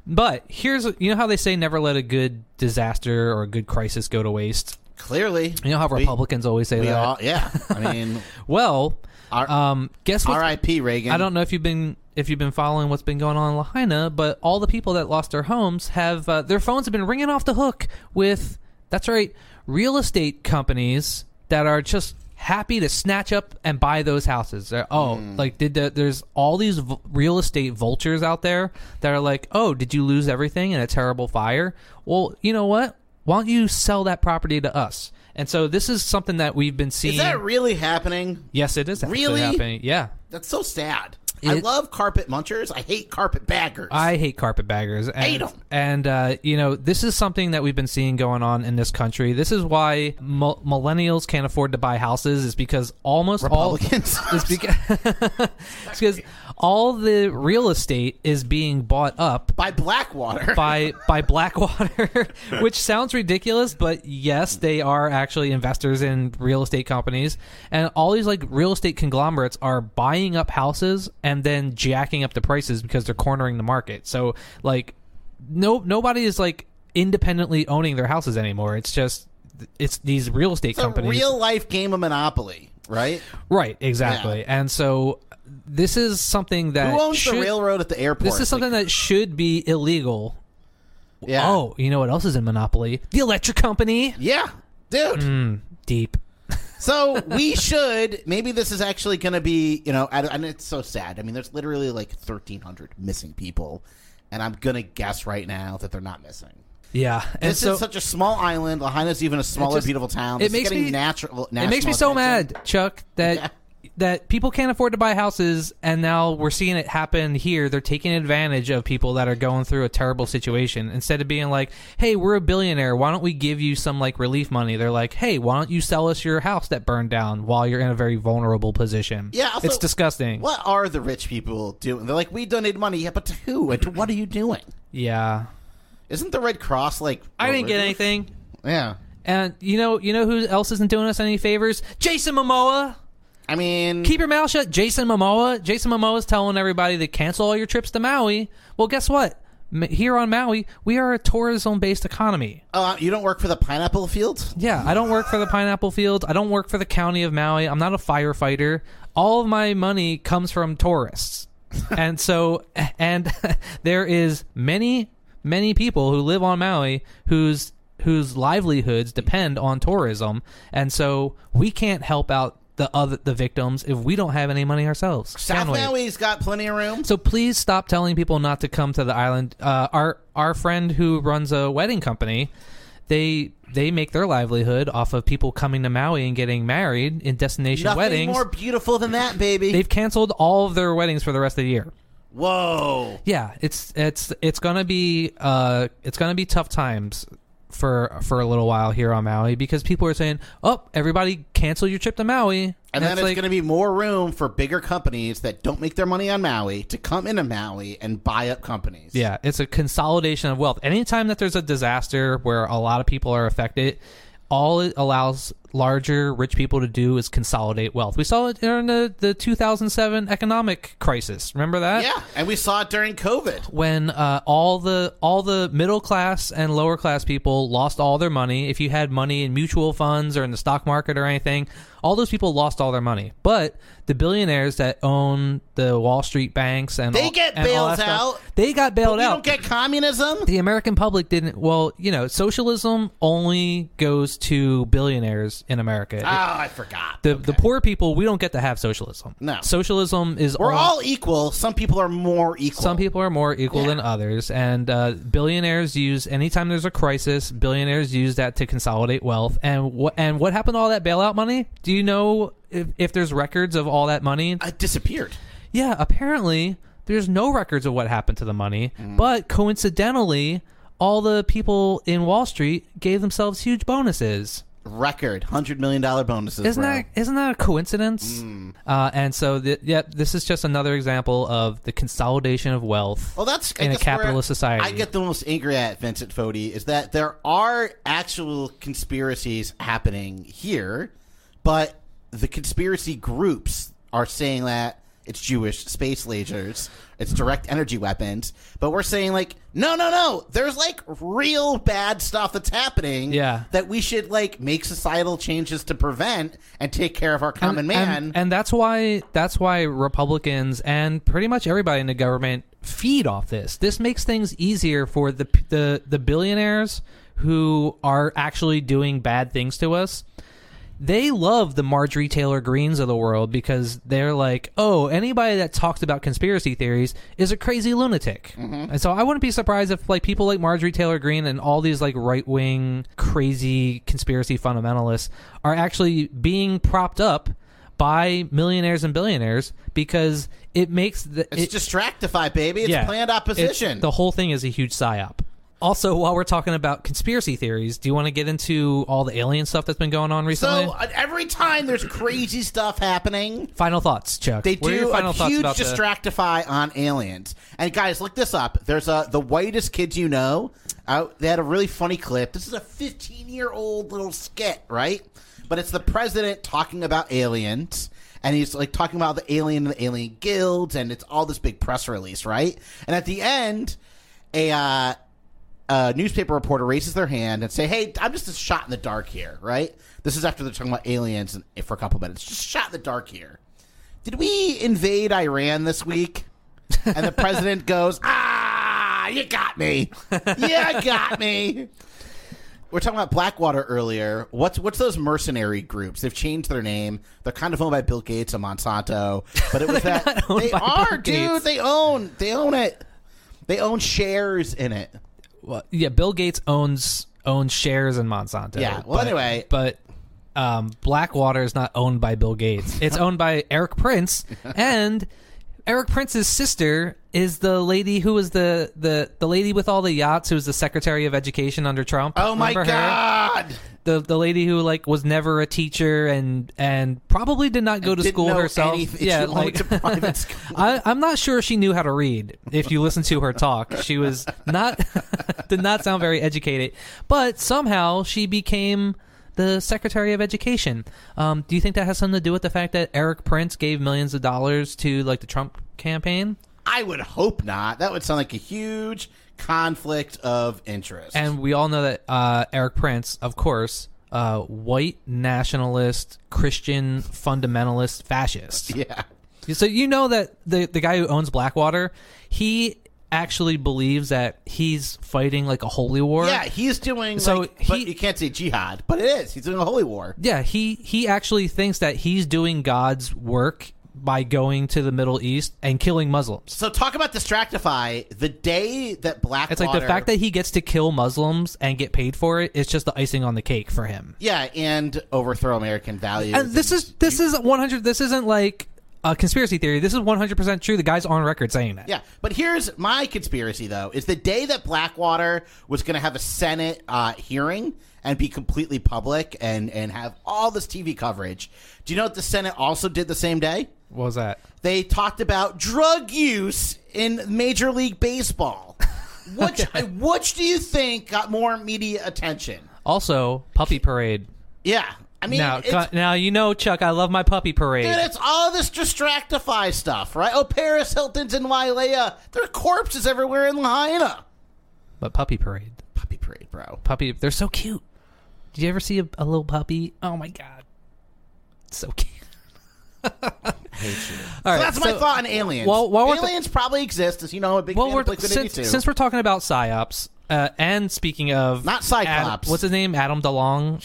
[SPEAKER 3] but here's you know how they say never let a good disaster or a good crisis go to waste.
[SPEAKER 4] Clearly,
[SPEAKER 3] You know how
[SPEAKER 4] We-
[SPEAKER 3] Republicans always say
[SPEAKER 4] we
[SPEAKER 3] that.
[SPEAKER 4] all- yeah. I mean,
[SPEAKER 3] Well,
[SPEAKER 4] R-
[SPEAKER 3] um, guess what?
[SPEAKER 4] R.I.P. Reagan.
[SPEAKER 3] I don't know if you've been if you've been following what's been going on in Lahaina, but all the people that lost their homes have uh, their phones have been ringing off the hook with that's right, real estate companies that are just happy to snatch up and buy those houses. They're, oh,
[SPEAKER 4] Hmm.
[SPEAKER 3] like did the, there's all these v- real estate vultures out there that are like, "Oh, did you lose everything in a terrible fire?" Well, you know what? Why don't you sell that property to us? And so this is something that we've been seeing.
[SPEAKER 4] Is that really happening?
[SPEAKER 3] yes, it is actually
[SPEAKER 4] Really?
[SPEAKER 3] happening. Yeah.
[SPEAKER 4] That's so sad. I
[SPEAKER 3] It-
[SPEAKER 4] love carpet munchers. I hate carpet baggers.
[SPEAKER 3] I hate carpetbaggers. and
[SPEAKER 4] Hate 'em.
[SPEAKER 3] And, uh, you know, this is something that we've been seeing going on in this country. This is why mil- millennials can't afford to buy houses, is because almost
[SPEAKER 4] Republicans.
[SPEAKER 3] all. It's because, it's because all the real estate is being bought up
[SPEAKER 4] by Blackwater.
[SPEAKER 3] by by Blackwater, which sounds ridiculous, but yes, they are actually investors in real estate companies, and all these like real estate conglomerates are buying up houses and then jacking up the prices because they're cornering the market. So like, no nobody is like independently owning their houses anymore. It's just it's these real estate
[SPEAKER 4] it's a
[SPEAKER 3] companies.
[SPEAKER 4] real life game of Monopoly, right?
[SPEAKER 3] right, exactly, and so. This is something that
[SPEAKER 4] Who owns
[SPEAKER 3] should,
[SPEAKER 4] the railroad at the airport?
[SPEAKER 3] This is something that should be illegal
[SPEAKER 4] Like, yeah.
[SPEAKER 3] Oh, you know what else is in Monopoly? The electric company.
[SPEAKER 4] Yeah, dude.
[SPEAKER 3] Hmm. Deep.
[SPEAKER 4] So we should maybe this is actually going to be you know I don't- and it's so sad. I mean, there's literally like 1,300 missing people, and I'm gonna guess right now that they're not missing.
[SPEAKER 3] Yeah. And
[SPEAKER 4] This
[SPEAKER 3] so
[SPEAKER 4] is such a small island. Lahaina's even a smaller,
[SPEAKER 3] just-
[SPEAKER 4] beautiful town.
[SPEAKER 3] it
[SPEAKER 4] This is
[SPEAKER 3] makes
[SPEAKER 4] getting
[SPEAKER 3] me-
[SPEAKER 4] natural.
[SPEAKER 3] it makes me so mad, Chuck, that that people can't afford to buy houses and now we're seeing it happen here. They're taking advantage of people that are going through a terrible situation. Instead of being like, "Hey, we're a billionaire. Why don't we give you some like relief money?" They're like, "Hey, why don't you sell us your house that burned down while you're in a very vulnerable position?"
[SPEAKER 4] Yeah, also-
[SPEAKER 3] it's disgusting.
[SPEAKER 4] What are the rich people doing? They're like, we donated money, yeah, but to who and to what are you doing?
[SPEAKER 3] Yeah.
[SPEAKER 4] Isn't the Red Cross like?
[SPEAKER 3] I didn't get
[SPEAKER 4] religious?
[SPEAKER 3] anything.
[SPEAKER 4] Yeah,
[SPEAKER 3] And you know, you know who else isn't doing us any favors? Jason Momoa.
[SPEAKER 4] I mean,
[SPEAKER 3] Keep your mouth shut, Jason Momoa. Jason Momoa's telling everybody to cancel all your trips to Maui. Well, guess what? M- Here on Maui, we are a tourism-based economy.
[SPEAKER 4] uh, you don't work for the pineapple fields.
[SPEAKER 3] Yeah, I don't work for the pineapple fields. I don't work for the county of Maui. I'm not a firefighter. All of my money comes from tourists. and so and there is many many people who live on Maui whose whose livelihoods depend on tourism. And so we can't help out the other the victims if we don't have any money ourselves.
[SPEAKER 4] South
[SPEAKER 3] Soundwave.
[SPEAKER 4] Maui's got plenty of room.
[SPEAKER 3] So please stop telling people not to come to the island. Uh, our our friend who runs a wedding company, they they make their livelihood off of people coming to Maui and getting married in destination
[SPEAKER 4] Nothing
[SPEAKER 3] weddings.
[SPEAKER 4] more beautiful than that, baby.
[SPEAKER 3] They've canceled all of their weddings for the rest of the year.
[SPEAKER 4] Whoa.
[SPEAKER 3] Yeah, it's it's it's gonna be uh it's gonna be tough times for for a little while here on Maui because people are saying, "Oh, everybody cancel your trip to Maui,"
[SPEAKER 4] And then it's going to be more room for bigger companies that don't make their money on Maui to come into Maui and buy up companies.
[SPEAKER 3] Yeah, it's a consolidation of wealth. Anytime that there's a disaster where a lot of people are affected, all it allows larger rich people to do is consolidate wealth. We saw it during the, the 2007 economic crisis. Remember that?
[SPEAKER 4] Yeah. And we saw it during COVID.
[SPEAKER 3] When uh, all the all the middle class and lower class people lost all their money. If you had money in mutual funds or in the stock market or anything, all those people lost all their money. But the billionaires that own the Wall Street banks and
[SPEAKER 4] They
[SPEAKER 3] all-
[SPEAKER 4] get
[SPEAKER 3] and all
[SPEAKER 4] bailed
[SPEAKER 3] that stuff,
[SPEAKER 4] out.
[SPEAKER 3] They got bailed
[SPEAKER 4] We
[SPEAKER 3] out
[SPEAKER 4] don't get communism.
[SPEAKER 3] the American public didn't. Well, you know, socialism only goes to billionaires in America.
[SPEAKER 4] Oh, I forgot.
[SPEAKER 3] the the poor people, we don't get to have socialism.
[SPEAKER 4] No.
[SPEAKER 3] socialism is
[SPEAKER 4] We're
[SPEAKER 3] all-
[SPEAKER 4] all equal. Some people are more equal.
[SPEAKER 3] Some people are more equal
[SPEAKER 4] Yeah.
[SPEAKER 3] than others, and uh, billionaires use anytime there's a crisis. Billionaires use that to consolidate wealth. And what and what happened to all that bailout money? Do you know if, if there's records of all that money?
[SPEAKER 4] I Uh, disappeared.
[SPEAKER 3] Yeah, apparently there's no records of what happened to the money, but coincidentally, all the people in Wall Street gave themselves huge bonuses.
[SPEAKER 4] Record $100 million bonuses.
[SPEAKER 3] Isn't
[SPEAKER 4] bro.
[SPEAKER 3] that isn't that a coincidence? Uh, and so, the, yeah, this is just another example of the consolidation of wealth.
[SPEAKER 4] Well, that's I
[SPEAKER 3] in a
[SPEAKER 4] guess where
[SPEAKER 3] capitalist society.
[SPEAKER 4] I get the most angry at Vincent Fodi is that there are actual conspiracies happening here, but the conspiracy groups are saying that it's Jewish space lasers, it's direct energy weapons, but we're saying like, no, no, no, there's like real bad stuff that's happening.
[SPEAKER 3] Yeah.
[SPEAKER 4] that we should like make societal changes to prevent and take care of our common man.
[SPEAKER 3] and, and that's why that's why Republicans and pretty much everybody in the government feed off this. This makes things easier for the the the billionaires who are actually doing bad things to us. They love the Marjorie Taylor Greens of the world because they're like, oh, anybody that talks about conspiracy theories is a crazy lunatic.
[SPEAKER 4] Mm-hmm.
[SPEAKER 3] And so I wouldn't be surprised if like people like Marjorie Taylor Greene and all these like right wing crazy conspiracy fundamentalists are actually being propped up by millionaires and billionaires because it makes the
[SPEAKER 4] it's
[SPEAKER 3] it-
[SPEAKER 4] distractify, baby. It's
[SPEAKER 3] yeah.
[SPEAKER 4] planned
[SPEAKER 3] It's-
[SPEAKER 4] opposition.
[SPEAKER 3] the whole thing is a huge psyop. Also, while we're talking about conspiracy theories, do you want to get into all the alien stuff that's been going on recently?
[SPEAKER 4] So uh, every time there's crazy stuff happening,
[SPEAKER 3] final thoughts, Chuck.
[SPEAKER 4] They
[SPEAKER 3] What are your
[SPEAKER 4] do
[SPEAKER 3] final
[SPEAKER 4] a
[SPEAKER 3] thoughts
[SPEAKER 4] huge
[SPEAKER 3] about the-
[SPEAKER 4] distractify on aliens. And guys, look this up. There's a the whitest kids you know. Out, they had a really funny clip. This is a 15 year old little skit, right? But it's the president talking about aliens. And he's like talking about the alien and the alien guilds, and it's all this big press release, right? And at the end, a uh, a newspaper reporter raises their hand and say, "Hey, I'm just a shot in the dark here, right? This is after they're talking about aliens and, for a couple minutes. Just shot in the dark here. Did we invade Iran this week?" And the president goes, "Ah, you got me. Yeah, got me." We are talking about Blackwater earlier. What's what's those mercenary groups? They've changed their name. They're kind of owned by Bill Gates and Monsanto, but it was that
[SPEAKER 3] owned
[SPEAKER 4] they
[SPEAKER 3] by
[SPEAKER 4] are,
[SPEAKER 3] Bill
[SPEAKER 4] dude.
[SPEAKER 3] Gates.
[SPEAKER 4] They own they own it. They own shares in it.
[SPEAKER 3] Well, yeah, Bill Gates owns owns shares in Monsanto.
[SPEAKER 4] Yeah, well,
[SPEAKER 3] but-
[SPEAKER 4] anyway.
[SPEAKER 3] but um, Blackwater is not owned by Bill Gates. It's owned by Eric Prince, and Eric Prince's sister is the lady who was the the the lady with all the yachts, who was the Secretary of Education under Trump.
[SPEAKER 4] Oh my
[SPEAKER 3] Remember her?
[SPEAKER 4] god!
[SPEAKER 3] The the lady who like was never a teacher and and probably did not go to
[SPEAKER 4] Didn't
[SPEAKER 3] school
[SPEAKER 4] know
[SPEAKER 3] herself.
[SPEAKER 4] anything.
[SPEAKER 3] Yeah,
[SPEAKER 4] She went
[SPEAKER 3] like
[SPEAKER 4] to private school.
[SPEAKER 3] I, I'm not sure she knew how to read. If you listen to her talk, she was not did not sound very educated. But somehow she became the Secretary of Education. Um, do you think that has something to do with the fact that Eric Prince gave millions of dollars to like the Trump campaign?
[SPEAKER 4] I would hope not. That would sound like a huge conflict of interest.
[SPEAKER 3] And we all know that uh, Eric Prince, of course, uh, white nationalist, Christian fundamentalist, fascist.
[SPEAKER 4] yeah,
[SPEAKER 3] So you know that the the guy who owns Blackwater, he actually believes that he's fighting like a holy war.
[SPEAKER 4] yeah, he's doing.
[SPEAKER 3] So
[SPEAKER 4] like, but
[SPEAKER 3] he-
[SPEAKER 4] you can't say jihad, but it is. He's doing a holy war.
[SPEAKER 3] Yeah, he he actually thinks that he's doing God's work by going to the Middle East and killing Muslims.
[SPEAKER 4] So talk about distractify. The day that Blackwater,
[SPEAKER 3] It's like the fact that he gets to kill Muslims and get paid for it, it's just the icing on the cake for him.
[SPEAKER 4] yeah, and overthrow American values.
[SPEAKER 3] And this is this is 100 this isn't like a conspiracy theory. This is 100% true. The guy's on record saying that.
[SPEAKER 4] Yeah, but here's my conspiracy though: is the day that Blackwater was going to have a Senate uh, hearing and be completely public and and have all this TV coverage. Do you know what the Senate also did the same day?
[SPEAKER 3] What was that?
[SPEAKER 4] They talked about drug use in Major League Baseball. Which which do you think got more media attention?
[SPEAKER 3] Also, Puppy Parade.
[SPEAKER 4] Yeah, I mean,
[SPEAKER 3] Now,
[SPEAKER 4] it's,
[SPEAKER 3] co- now you know, Chuck. I love my puppy parade.
[SPEAKER 4] Dude, it's all this distractify stuff, right? Oh, Paris Hilton's in Wailea. There are corpses everywhere in Lahaina.
[SPEAKER 3] But puppy parade,
[SPEAKER 4] Puppy parade, bro.
[SPEAKER 3] puppy. They're so cute. Did you ever see a, a little puppy? Oh my god, so cute. All
[SPEAKER 4] So
[SPEAKER 3] right,
[SPEAKER 4] that's my
[SPEAKER 3] so-
[SPEAKER 4] thought on aliens.
[SPEAKER 3] Well, while we're-
[SPEAKER 4] aliens probably exist, as you know, a big
[SPEAKER 3] Well,
[SPEAKER 4] fan
[SPEAKER 3] we're
[SPEAKER 4] of Blink
[SPEAKER 3] since,
[SPEAKER 4] 182.
[SPEAKER 3] since we're talking about psyops, uh, and speaking of
[SPEAKER 4] Not Cyclops.
[SPEAKER 3] Ad- what's his name? Adam DeLong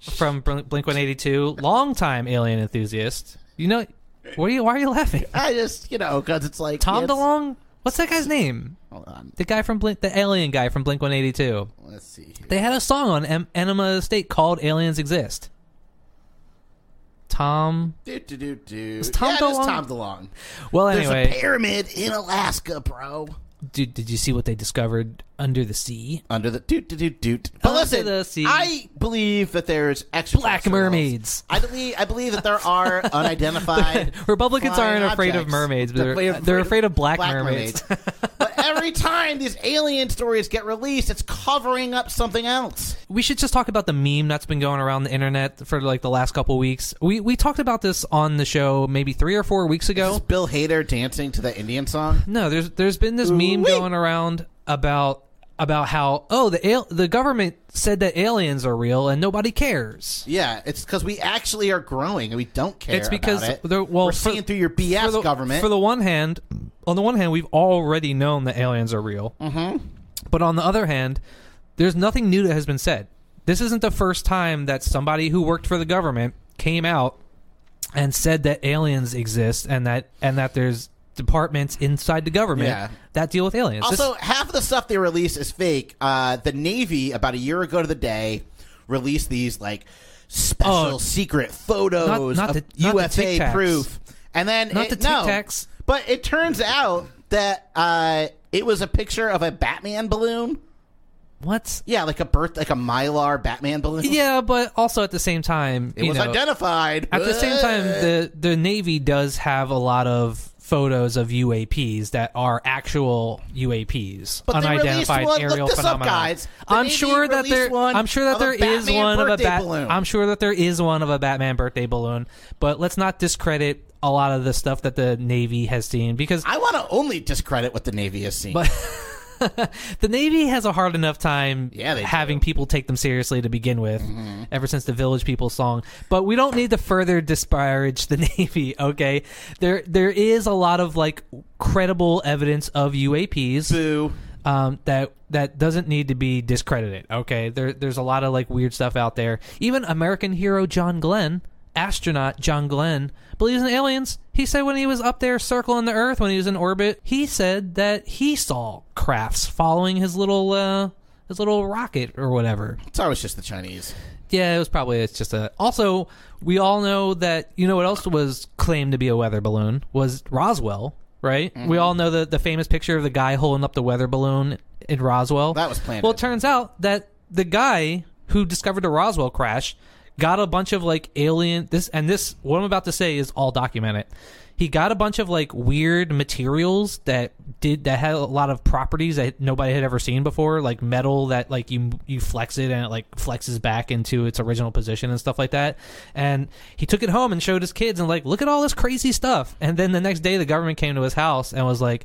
[SPEAKER 3] from Blink One Eighty Two, longtime alien enthusiast. You know, what are you, why are you laughing?
[SPEAKER 4] I just, you know, because it's like
[SPEAKER 3] Tom
[SPEAKER 4] it's-
[SPEAKER 3] DeLong. What's that guy's name?
[SPEAKER 4] Hold on,
[SPEAKER 3] The guy from Blink, the alien guy from Blink One Eighty Two.
[SPEAKER 4] let's see. Here.
[SPEAKER 3] They had a song on em- Enema Estate called "Aliens Exist." Tom.
[SPEAKER 4] Do, do, do, do.
[SPEAKER 3] Is Tom
[SPEAKER 4] yeah, it is
[SPEAKER 3] DeLonge-
[SPEAKER 4] Tom DeLonge.
[SPEAKER 3] Well,
[SPEAKER 4] There's a
[SPEAKER 3] anyway,
[SPEAKER 4] pyramid in Alaska, bro.
[SPEAKER 3] dude, did you see what they discovered under the sea?
[SPEAKER 4] Under the doot doot doot doot. But
[SPEAKER 3] Under
[SPEAKER 4] listen,
[SPEAKER 3] the sea.
[SPEAKER 4] I believe that there's extra
[SPEAKER 3] Black mermaids.
[SPEAKER 4] I believe I believe that there are unidentified.
[SPEAKER 3] Republicans
[SPEAKER 4] flying
[SPEAKER 3] aren't afraid of
[SPEAKER 4] objects.
[SPEAKER 3] mermaids, but they're, they're afraid of black, mermaids.
[SPEAKER 4] mermaids. but every time these alien stories get released, it's covering up something else.
[SPEAKER 3] we should just talk about the meme that's been going around the internet for like the last couple weeks. We we talked about this on the show maybe three or four weeks ago.
[SPEAKER 4] Is Bill Hader dancing to the Indian song?
[SPEAKER 3] No, there's there's been this meme
[SPEAKER 4] Ooh-wee.
[SPEAKER 3] going around about about how oh the al- the government said that aliens are real and nobody cares.
[SPEAKER 4] Yeah, it's because we actually are growing and we don't care.
[SPEAKER 3] It's because
[SPEAKER 4] about it.
[SPEAKER 3] they're- well,
[SPEAKER 4] we're
[SPEAKER 3] for-
[SPEAKER 4] seeing through your BS
[SPEAKER 3] for the,
[SPEAKER 4] government.
[SPEAKER 3] For the one hand, on the one hand, we've already known that aliens are real. Mm-hmm. But on the other hand, there's nothing new that has been said. This isn't the first time that somebody who worked for the government came out and said that aliens exist and that and that there's departments inside the government
[SPEAKER 4] Yeah.
[SPEAKER 3] that deal with aliens. This-
[SPEAKER 4] also, half of the stuff they release is fake. Uh, the Navy about a year ago to the day released these like special
[SPEAKER 3] Oh.
[SPEAKER 4] secret photos
[SPEAKER 3] Not- not
[SPEAKER 4] of
[SPEAKER 3] the- not the
[SPEAKER 4] UFA
[SPEAKER 3] Tic Tacs.
[SPEAKER 4] proof, and then
[SPEAKER 3] Not
[SPEAKER 4] it,
[SPEAKER 3] the Tic
[SPEAKER 4] no.
[SPEAKER 3] Tacs.
[SPEAKER 4] But it turns out that uh, it was a picture of a Batman balloon
[SPEAKER 3] What?
[SPEAKER 4] Yeah, like a birth, like a mylar Batman building.
[SPEAKER 3] Yeah, but also at the same time,
[SPEAKER 4] it
[SPEAKER 3] you
[SPEAKER 4] was
[SPEAKER 3] know,
[SPEAKER 4] identified.
[SPEAKER 3] At the same time, the the Navy does have a lot of photos of UAPs that are actual UAPs,
[SPEAKER 4] But they released
[SPEAKER 3] unidentified
[SPEAKER 4] one- look
[SPEAKER 3] aerial
[SPEAKER 4] this up,
[SPEAKER 3] phenomena.
[SPEAKER 4] guys. The
[SPEAKER 3] I'm
[SPEAKER 4] Navy
[SPEAKER 3] sure that
[SPEAKER 4] released
[SPEAKER 3] there,
[SPEAKER 4] one
[SPEAKER 3] I'm sure that
[SPEAKER 4] of a
[SPEAKER 3] there is
[SPEAKER 4] Batman
[SPEAKER 3] one of a
[SPEAKER 4] birthday
[SPEAKER 3] bat.
[SPEAKER 4] balloon.
[SPEAKER 3] I'm sure that there is one of a Batman birthday balloon, but let's not discredit a lot of the stuff that the Navy has seen because
[SPEAKER 4] I want to only discredit what the Navy has seen.
[SPEAKER 3] the Navy has a hard enough time
[SPEAKER 4] Yeah, they do. Mm-hmm.
[SPEAKER 3] having people take them seriously to begin with, ever since the Village People song. But we don't need to further disparage the Navy, okay? There, there is a lot of like credible evidence of UAPs
[SPEAKER 4] Boo.
[SPEAKER 3] um, that that doesn't need to be discredited, okay? There, there's a lot of like weird stuff out there. Even American hero John Glenn. Astronaut John Glenn believes in aliens. He said when he was up there circling the Earth when he was in orbit, he said that he saw crafts following his little uh, his little rocket or whatever.
[SPEAKER 4] It's always just the Chinese.
[SPEAKER 3] Yeah, it was probably it's just a. Also, we all know that you know what else was claimed to be a weather balloon was Roswell, right? We
[SPEAKER 4] Mm-hmm.
[SPEAKER 3] all know the the famous picture of the guy holding up the weather balloon in Roswell.
[SPEAKER 4] That was planted.
[SPEAKER 3] Well, it turns out that the guy who discovered the Roswell crash got a bunch of like alien this and this. What I'm about to say is all documented. He got a bunch of like weird materials that did that had a lot of properties that nobody had ever seen before, like metal that like you you flex it and it like flexes back into its original position and stuff like that. And he took it home and showed his kids and like, look at all this crazy stuff. And then the next day, the government came to his house and was like,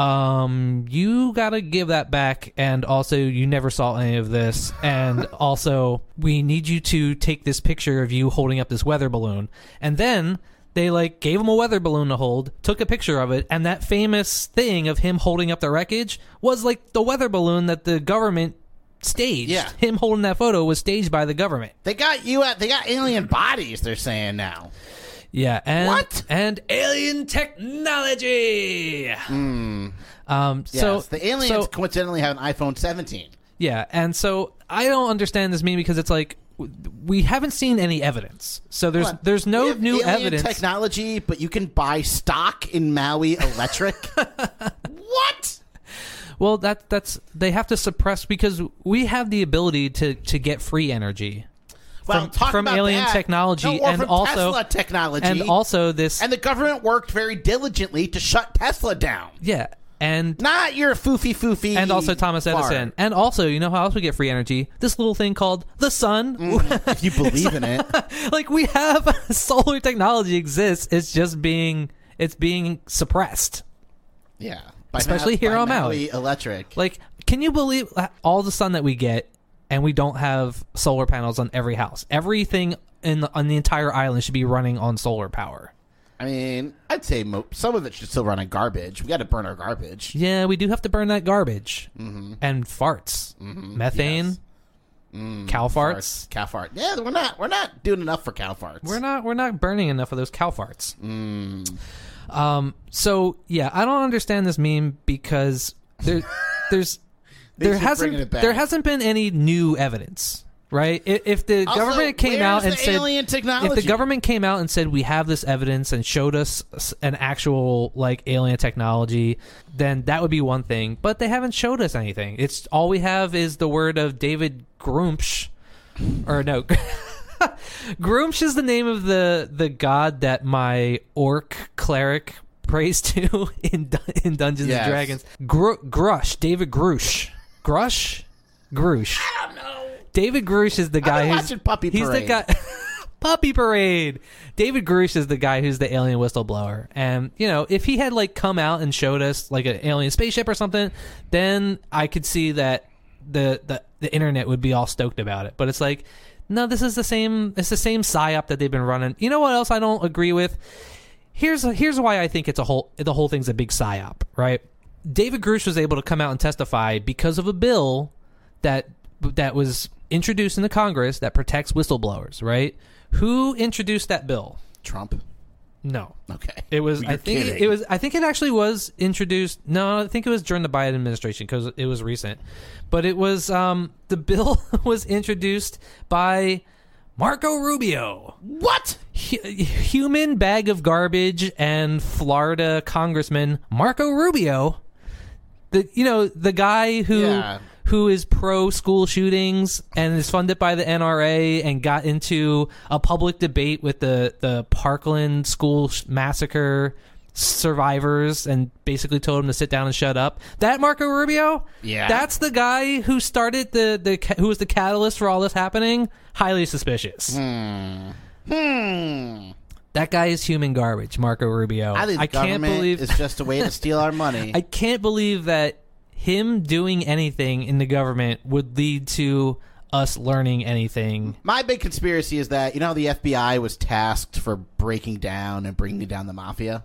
[SPEAKER 3] um you gotta give that back and also you never saw any of this and also we need you to take this picture of you holding up this weather balloon and then they like gave him a weather balloon to hold took a picture of it and that famous thing of him holding up the wreckage was like the weather balloon that the government staged
[SPEAKER 4] Yeah.
[SPEAKER 3] him holding that photo was staged by the government
[SPEAKER 4] They got you at. They got alien bodies. They're saying now.
[SPEAKER 3] Yeah, and
[SPEAKER 4] What?
[SPEAKER 3] and alien technology. Um,
[SPEAKER 4] Hmm. Yes,
[SPEAKER 3] so
[SPEAKER 4] the aliens
[SPEAKER 3] so-
[SPEAKER 4] coincidentally have an iPhone 17.
[SPEAKER 3] yeah, and so I don't understand this meme because it's like w- we haven't seen any evidence. So there's
[SPEAKER 4] What?
[SPEAKER 3] there's
[SPEAKER 4] We
[SPEAKER 3] no
[SPEAKER 4] have
[SPEAKER 3] new
[SPEAKER 4] alien
[SPEAKER 3] evidence.
[SPEAKER 4] technology, but you can buy stock in Maui Electric. what?
[SPEAKER 3] well, that that's they have to suppress because we have the ability to to get free energy
[SPEAKER 4] Well,
[SPEAKER 3] from
[SPEAKER 4] talk
[SPEAKER 3] from
[SPEAKER 4] about
[SPEAKER 3] alien
[SPEAKER 4] that.
[SPEAKER 3] technology
[SPEAKER 4] No, or
[SPEAKER 3] and
[SPEAKER 4] from
[SPEAKER 3] also
[SPEAKER 4] Tesla technology,
[SPEAKER 3] and also this
[SPEAKER 4] and the government worked very diligently to shut Tesla down.
[SPEAKER 3] yeah and
[SPEAKER 4] Not your foofy foofy,
[SPEAKER 3] and also Thomas Edison.
[SPEAKER 4] fart.
[SPEAKER 3] And also, you know how else we get free energy? This little thing called the sun.
[SPEAKER 4] If you believe in it,
[SPEAKER 3] like we have solar technology exists. It's just being it's being suppressed.
[SPEAKER 4] yeah. By
[SPEAKER 3] Especially
[SPEAKER 4] Ma-
[SPEAKER 3] here
[SPEAKER 4] by
[SPEAKER 3] on Maui.
[SPEAKER 4] Maui Electric.
[SPEAKER 3] Like, can you believe uh, all the sun that we get, and we don't have solar panels on every house? Everything in the, on the entire island should be running on solar power.
[SPEAKER 4] I mean, I'd say mo- some of it should still run on garbage. We got to burn our garbage.
[SPEAKER 3] Yeah, we do have to burn that garbage and farts, methane, cow farts.
[SPEAKER 4] Cow fart. Yeah, we're not. We're not doing enough for cow farts.
[SPEAKER 3] We're not we're not burning enough of those cow farts.
[SPEAKER 4] Mm.
[SPEAKER 3] Um. So yeah, I don't understand this meme because there, there's there
[SPEAKER 4] should
[SPEAKER 3] hasn't
[SPEAKER 4] bring it back.
[SPEAKER 3] there hasn't been any new evidence, right? If, if the
[SPEAKER 4] Also,
[SPEAKER 3] government came out
[SPEAKER 4] where's
[SPEAKER 3] and
[SPEAKER 4] the
[SPEAKER 3] said
[SPEAKER 4] alien technology?
[SPEAKER 3] if the government came out and said we have this evidence and showed us s- an actual like alien technology, then that would be one thing. But they haven't showed us anything. It's all we have is the word of David Grumpsch, or no. Groomsh is the name of the the god that my orc cleric prays to in Dun- in Dungeons
[SPEAKER 4] Yes.
[SPEAKER 3] and Dragons. Gru- Grush, David Grush, Grush, Grush. I don't know. David Grush is the guy
[SPEAKER 4] been
[SPEAKER 3] who's
[SPEAKER 4] watching Puppy
[SPEAKER 3] he's
[SPEAKER 4] Parade.
[SPEAKER 3] the guy. Puppy Parade. David Grush is the guy who's the alien whistleblower, and you know if he had like come out and showed us like an alien spaceship or something, then I could see that the the, the internet would be all stoked about it. But it's like, no, this is the same. It's the same psyop that they've been running. You know what else I don't agree with? Here's here's why I think it's a whole the whole thing's a big psyop, right? David Grush was able to come out and testify because of a bill that that was introduced into Congress that protects whistleblowers, right? Who introduced that bill?
[SPEAKER 4] Trump.
[SPEAKER 3] No.
[SPEAKER 4] Okay.
[SPEAKER 3] It was
[SPEAKER 4] You're
[SPEAKER 3] I think
[SPEAKER 4] kidding.
[SPEAKER 3] it was I think it actually was introduced No, I think it was during the Biden administration cuz it was recent. But it was um the bill was introduced by Marco Rubio,
[SPEAKER 4] what?
[SPEAKER 3] hu- human bag of garbage and Florida Congressman Marco Rubio, the you know the guy who
[SPEAKER 4] Yeah.
[SPEAKER 3] who is pro school shootings and is funded by the NRA and got into a public debate with the the Parkland school sh- massacre survivors and basically told him to sit down and shut up. That Marco Rubio?
[SPEAKER 4] Yeah.
[SPEAKER 3] That's the guy who started the the ca- who was the catalyst for all this happening. Highly suspicious.
[SPEAKER 4] Hmm.
[SPEAKER 3] That guy is human garbage, Marco Rubio.
[SPEAKER 4] I think the
[SPEAKER 3] can't
[SPEAKER 4] government
[SPEAKER 3] believe
[SPEAKER 4] is just a way to steal our money.
[SPEAKER 3] I can't believe that him doing anything in the government would lead to us learning anything.
[SPEAKER 4] My big conspiracy is that you know how the FBI was tasked for breaking down and bringing down the mafia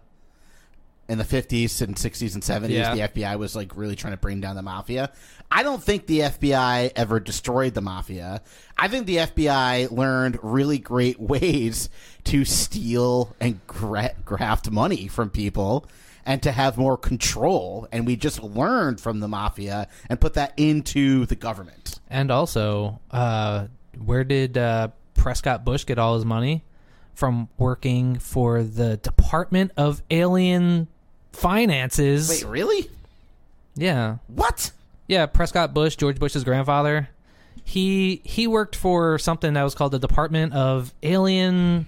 [SPEAKER 4] in the fifties and sixties and seventies.
[SPEAKER 3] Yeah.
[SPEAKER 4] The FBI was like really trying to bring down the mafia. I don't think the FBI ever destroyed the mafia. I think the FBI learned really great ways to steal and gra- graft money from people. And to have more control, and we just learned from the mafia and put that into the government.
[SPEAKER 3] And also, uh, where did uh, Prescott Bush get all his money from? Working for the Department of Alien Finances.
[SPEAKER 4] Wait, really?
[SPEAKER 3] Yeah,
[SPEAKER 4] What?
[SPEAKER 3] yeah. Prescott Bush, George Bush's grandfather. He he worked for something that was called the Department of Alien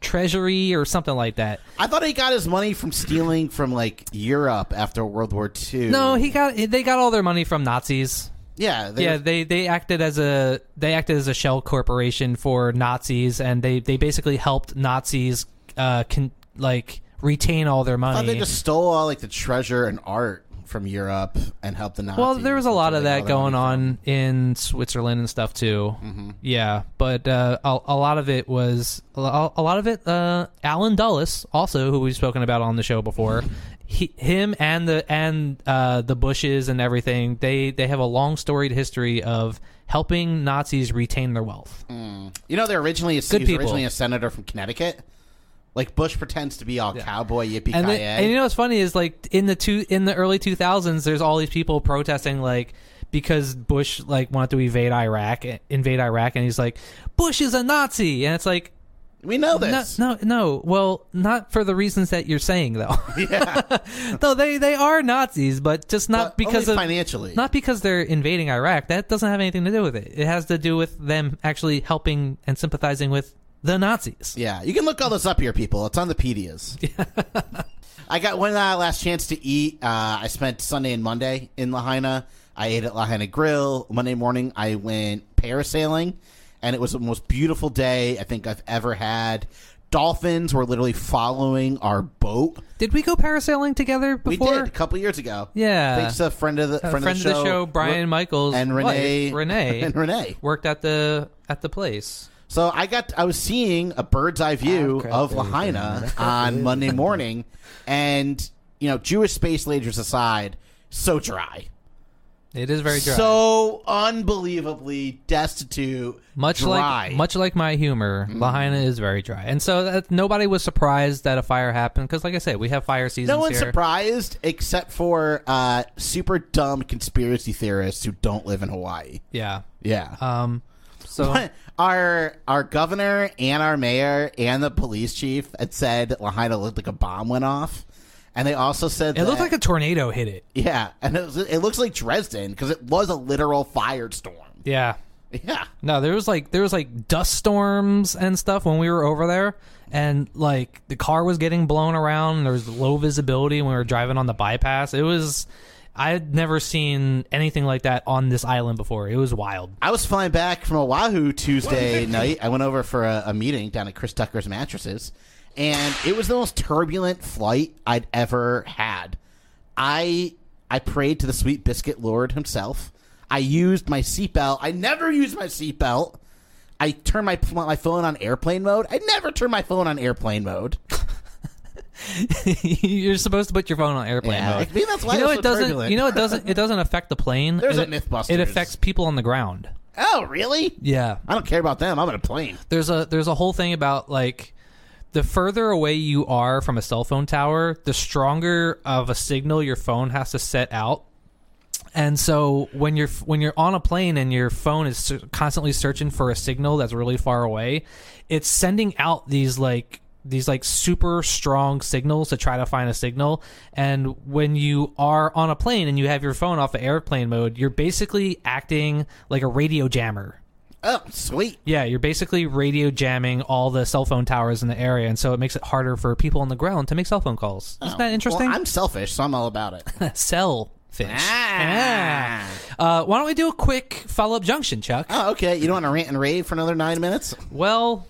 [SPEAKER 3] Treasury or something like that.
[SPEAKER 4] I thought he got his money from stealing from like Europe after World War II.
[SPEAKER 3] No, he got they got all their money from Nazis.
[SPEAKER 4] yeah, they
[SPEAKER 3] yeah,
[SPEAKER 4] were-
[SPEAKER 3] they they acted as a they acted as a shell corporation for Nazis, and they they basically helped Nazis uh con, like retain all their
[SPEAKER 4] I
[SPEAKER 3] money.
[SPEAKER 4] thought they just stole all like the treasure and art from Europe and helped the Nazis.
[SPEAKER 3] well, there was a lot of Mm-hmm.
[SPEAKER 4] That's where
[SPEAKER 3] that
[SPEAKER 4] they got all
[SPEAKER 3] going
[SPEAKER 4] their money
[SPEAKER 3] on in Switzerland and stuff too. Yeah, but uh, a, a lot of it was a lo- a lot of it. Uh, Alan Dulles, also who we've spoken about on the show before, he, him and the and uh, the Bushes and everything. They they have a long storied history of helping Nazis retain their wealth.
[SPEAKER 4] from. You know, they're originally a, he was
[SPEAKER 3] people.
[SPEAKER 4] originally a senator from Connecticut. Like Bush pretends to be all cowboy yippee
[SPEAKER 3] and, then- and you
[SPEAKER 4] ki
[SPEAKER 3] know what's funny is like in the two in the early 2000s there's all these people protesting like because bush like wanted to invade iraq eh, invade iraq and he's like bush is a nazi and it's like
[SPEAKER 4] We know
[SPEAKER 3] no,
[SPEAKER 4] this.
[SPEAKER 3] no, no. Well, not for the reasons that you're saying, though. no, they they are Nazis, but just not
[SPEAKER 4] But
[SPEAKER 3] because
[SPEAKER 4] only
[SPEAKER 3] of
[SPEAKER 4] financially.
[SPEAKER 3] not because they're invading Iraq. That doesn't have anything to do with it. It has to do with them actually helping and sympathizing with the Nazis.
[SPEAKER 4] Yeah, you can look all this up here, people. It's on the Pedias. I got one uh, last chance to eat. Uh, I spent Sunday and Monday in Lahaina. I ate at Lahaina Grill. Monday morning, I went parasailing, and it was the most beautiful day I think I've ever had. Dolphins were literally following our boat.
[SPEAKER 3] Did we go parasailing together
[SPEAKER 4] We
[SPEAKER 3] before?
[SPEAKER 4] did a couple years ago.
[SPEAKER 3] Yeah.
[SPEAKER 4] thanks to a friend of the
[SPEAKER 3] a
[SPEAKER 4] friend,
[SPEAKER 3] friend of the show, Brian
[SPEAKER 4] Re-
[SPEAKER 3] Michaels
[SPEAKER 4] and Renee,
[SPEAKER 3] wife, Renee
[SPEAKER 4] and Renee.
[SPEAKER 3] worked at the at the place.
[SPEAKER 4] So I got I was seeing a bird's eye
[SPEAKER 3] Ah,
[SPEAKER 4] view of Lahaina on Monday morning, and you know Jewish space lasers aside, so dry,
[SPEAKER 3] It is very dry.
[SPEAKER 4] so unbelievably destitute,
[SPEAKER 3] much
[SPEAKER 4] dry. Mm.
[SPEAKER 3] like much like my humor, Lahaina is very dry, and so that, nobody was surprised that a fire happened because, like I said, we have fire seasons
[SPEAKER 4] No one's
[SPEAKER 3] here.
[SPEAKER 4] surprised except for uh, super dumb conspiracy theorists who don't live in Hawaii.
[SPEAKER 3] Yeah.
[SPEAKER 4] Yeah.
[SPEAKER 3] Um. So
[SPEAKER 4] our our governor and our mayor and the police chief had said that Lahaina looked like a bomb went off, and they also said
[SPEAKER 3] it looked
[SPEAKER 4] that-
[SPEAKER 3] like a tornado hit it.
[SPEAKER 4] Yeah, and it, was, it looks like Dresden because it was a literal firestorm.
[SPEAKER 3] Yeah.
[SPEAKER 4] Yeah,
[SPEAKER 3] No, there was like there was like dust storms and stuff when we were over there, and like the car was getting blown around. There was low visibility when we were driving on the bypass. It was I had never seen anything like that on this island before. It was wild.
[SPEAKER 4] I was flying back from Oahu Tuesday night. I went over for a, a meeting down at Chris Tucker's Mattresses, and it was the most turbulent flight I'd ever had. I I prayed to the sweet biscuit Lord himself. I used my seatbelt. I never used my seatbelt. I turned my pl- my phone on airplane mode. I never turn my phone on airplane mode.
[SPEAKER 3] You're supposed to put your phone on airplane
[SPEAKER 4] Yeah,
[SPEAKER 3] mode.
[SPEAKER 4] like, maybe that's why
[SPEAKER 3] you know
[SPEAKER 4] it's so
[SPEAKER 3] it doesn't.
[SPEAKER 4] turbulent.
[SPEAKER 3] You know it doesn't. It doesn't affect the plane.
[SPEAKER 4] There's
[SPEAKER 3] it,
[SPEAKER 4] a Mythbusters.
[SPEAKER 3] It affects people on the ground.
[SPEAKER 4] Oh, really?
[SPEAKER 3] Yeah.
[SPEAKER 4] I don't care about them. I'm on a plane.
[SPEAKER 3] There's a there's a whole thing about like the further away you are from a cell phone tower, the stronger of a signal your phone has to set out. And so when you're when you're on a plane and your phone is ser- constantly searching for a signal that's really far away, it's sending out these like these like super strong signals to try to find a signal and when you are on a plane and you have your phone off of airplane mode you're basically acting like a radio jammer
[SPEAKER 4] Oh, sweet.
[SPEAKER 3] yeah, you're basically radio jamming all the cell phone towers in the area, and so it makes it harder for people on the ground to make cell phone calls. Isn't that interesting?
[SPEAKER 4] Oh, Well, I'm selfish, so I'm all about it.
[SPEAKER 3] cell fish.
[SPEAKER 4] Ah.
[SPEAKER 3] Ah. Uh, why don't we do a quick follow up junction, Chuck?
[SPEAKER 4] oh, okay. You don't want to rant and rave for another nine minutes?
[SPEAKER 3] Well,